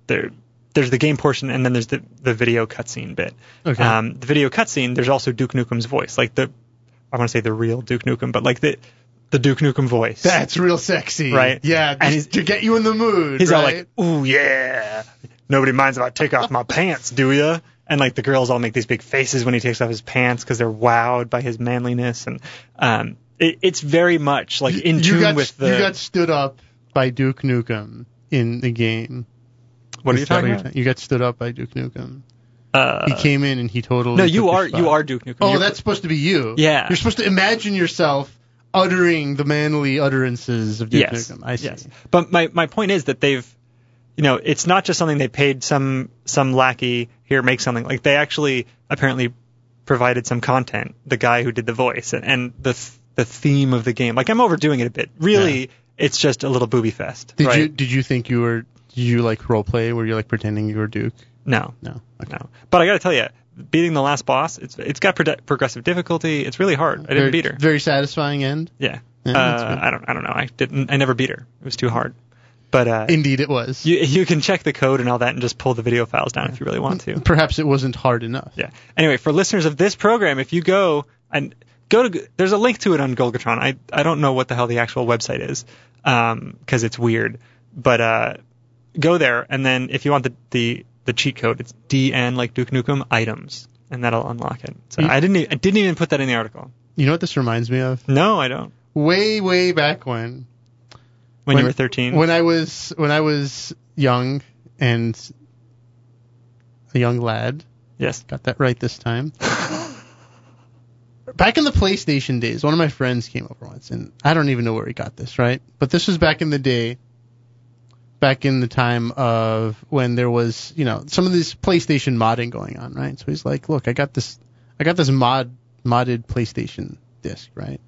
Speaker 2: there there's the game portion and then there's the the video cutscene bit.
Speaker 3: Okay.
Speaker 2: Um, the video cutscene, there's also Duke Nukem's voice, like the I want to say the real Duke Nukem, but like the the Duke Nukem voice.
Speaker 3: That's real sexy.
Speaker 2: Right.
Speaker 3: Yeah.
Speaker 2: And
Speaker 3: just
Speaker 2: he's-
Speaker 3: to get you in the mood.
Speaker 2: He's
Speaker 3: right?
Speaker 2: all like, "Ooh yeah, nobody minds if I take off my pants, do ya?" And like the girls all make these big faces when he takes off his pants because they're wowed by his manliness, and um, it, it's very much like in
Speaker 3: you
Speaker 2: tune
Speaker 3: got,
Speaker 2: with the.
Speaker 3: You got stood up by Duke Nukem in the game.
Speaker 2: what are you
Speaker 3: Is that
Speaker 2: talking
Speaker 3: you're
Speaker 2: about?
Speaker 3: ta- You got stood up by Duke Nukem.
Speaker 2: Uh,
Speaker 3: He came in and he totally.
Speaker 2: no, you
Speaker 3: took your
Speaker 2: are
Speaker 3: spot.
Speaker 2: you are Duke Nukem.
Speaker 3: Oh,
Speaker 2: You're-
Speaker 3: that's supposed to be you.
Speaker 2: Yeah.
Speaker 3: You're supposed to imagine yourself uttering the manly utterances of Duke
Speaker 2: yes.
Speaker 3: Nukem. I see.
Speaker 2: Yes. But my, my point is that they've, you know, it's not just something they paid some some lackey here make something. Like they actually apparently provided some content. The guy who did the voice and, and the th- the theme of the game. Like I'm overdoing it a bit. Really, it's just a little booby fest.
Speaker 3: Did
Speaker 2: right?
Speaker 3: you did you think you were did you like role play? Were you like pretending you were Duke?
Speaker 2: No.
Speaker 3: No. Okay.
Speaker 2: No. But I got to tell you, beating the last boss, it's it's got pro- progressive difficulty. It's really hard. I didn't
Speaker 3: very,
Speaker 2: beat her.
Speaker 3: Very satisfying end.
Speaker 2: Yeah.
Speaker 3: Yeah, that's
Speaker 2: uh,
Speaker 3: good.
Speaker 2: I don't I don't know. I didn't. I never beat her. It was too hard. But uh,
Speaker 3: Indeed, it was.
Speaker 2: You you can check the code and all that and just pull the video files down if you really want to.
Speaker 3: Perhaps it wasn't hard enough.
Speaker 2: Yeah. Anyway, for listeners of this program, if you go and go to there's a link to it on Golgotron. I I don't know what the hell the actual website is um because it's weird. But uh go there and then if you want the the the cheat code, it's DN like Duke Nukem items and that'll unlock it. So
Speaker 3: You-
Speaker 2: I didn't e- I didn't even put that in the article.
Speaker 3: You know what this reminds me of?
Speaker 2: No, I don't.
Speaker 3: Way way back when,
Speaker 2: When, you
Speaker 3: When-
Speaker 2: were 13.
Speaker 3: When I was when I was young and a young lad,
Speaker 2: yes.
Speaker 3: got that right this time. back in the PlayStation days, one of my friends came over once, and I don't even know where he got this right, but this was back in the day. Back in the time of when there was, you know, some of this PlayStation modding going on, right? So he's like, "Look, I got this, I got this mod modded PlayStation disc, right?"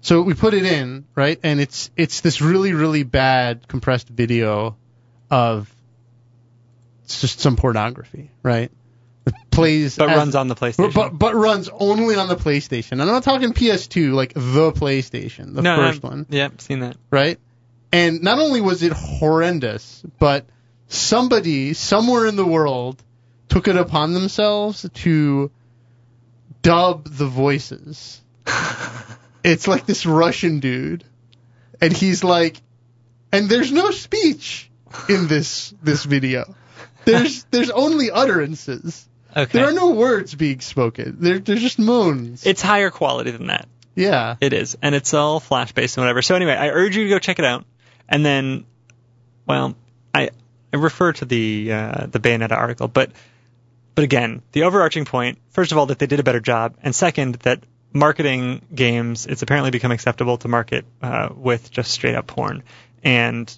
Speaker 3: So we put it in, right? And it's it's this really really bad compressed video of it's just some pornography, right? It plays
Speaker 2: But
Speaker 3: as-
Speaker 2: runs on the PlayStation.
Speaker 3: but, but but runs only on the PlayStation. And I'm not talking PS2, like the PlayStation, the
Speaker 2: no,
Speaker 3: first
Speaker 2: no,
Speaker 3: one,
Speaker 2: Yep, seen that.
Speaker 3: right? And not only was it horrendous, but somebody somewhere in the world took it upon themselves to dub the voices. it's like this Russian dude, and he's like, and there's no speech in this this video. There's there's only utterances.
Speaker 2: Okay.
Speaker 3: There are no words being spoken. They're they're just moans.
Speaker 2: it's higher quality than that.
Speaker 3: yeah.
Speaker 2: It is, and it's all flash based and whatever. So anyway, I urge you to go check it out, and then, well, I I refer to the uh, the Bayonetta article, but but again, the overarching point, first of all, that they did a better job, and second, that marketing games, it's apparently become acceptable to market uh, with just straight up porn, and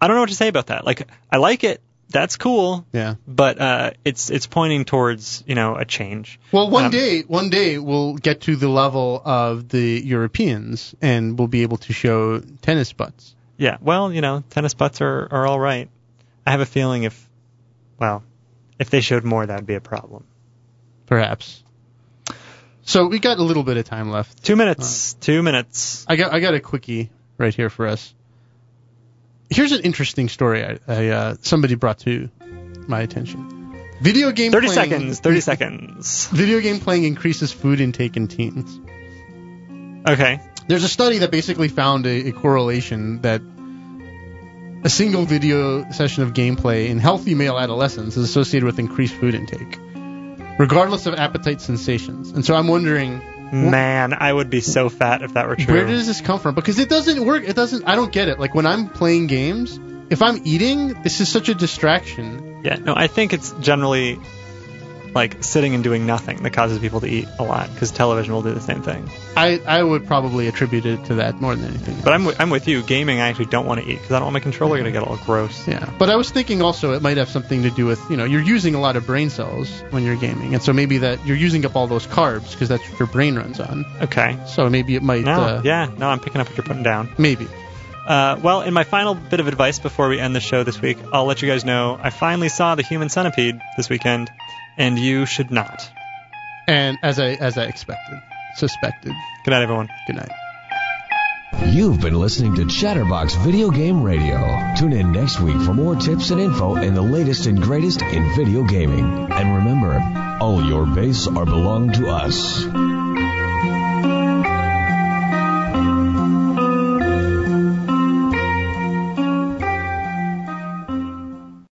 Speaker 2: I don't know what to say about that. Like, I like it. That's cool,
Speaker 3: yeah.
Speaker 2: but uh, it's it's pointing towards you know a change.
Speaker 3: Well, one
Speaker 2: Um,
Speaker 3: day, one day we'll get to the level of the Europeans, and we'll be able to show tennis butts.
Speaker 2: Yeah, well, you know, tennis butts are, are all right. I have a feeling if, well, if they showed more, that would be a problem.
Speaker 3: perhaps. So we got a little bit of time left.
Speaker 2: Two minutes. two minutes.
Speaker 3: I got I got a quickie right here for us. Here's an interesting story I, I uh, somebody brought to my attention. Video game
Speaker 2: 30
Speaker 3: playing-
Speaker 2: seconds. 30 seconds.
Speaker 3: Video game playing increases food intake in teens.
Speaker 2: Okay.
Speaker 3: There's a study that basically found a, a correlation that a single video session of gameplay in healthy male adolescents is associated with increased food intake, regardless of appetite sensations. And so I'm wondering,
Speaker 2: Man, I would be so fat if that were true.
Speaker 3: Where does this come from? Because it doesn't work. It doesn't. I don't get it. Like when I'm playing games, if I'm eating, this is such a distraction.
Speaker 2: yeah, no, I think it's generally like sitting and doing nothing that causes people to eat a lot because television will do the same thing.
Speaker 3: I I would probably attribute it to that more than anything.
Speaker 2: But I'm, wi- I'm with you. Gaming, I actually don't want to eat because I don't want my controller to get all gross.
Speaker 3: yeah. But I was thinking also it might have something to do with you know you're using a lot of brain cells when you're gaming, and so maybe that you're using up all those carbs because that's what your brain runs on.
Speaker 2: Okay.
Speaker 3: So maybe it might.
Speaker 2: No,
Speaker 3: uh,
Speaker 2: yeah, no, I'm picking up what you're putting down.
Speaker 3: Maybe.
Speaker 2: Uh, well, in my final bit of advice before we end the show this week, I'll let you guys know I finally saw The Human Centipede this weekend, and you should not.
Speaker 3: And as I as I expected, suspected.
Speaker 2: Good night, everyone.
Speaker 3: Good night.
Speaker 1: You've been listening to Chatterbox Video Game Radio. Tune in next week for more tips and info and the latest and greatest in video gaming. And remember, all your bass are belong to us.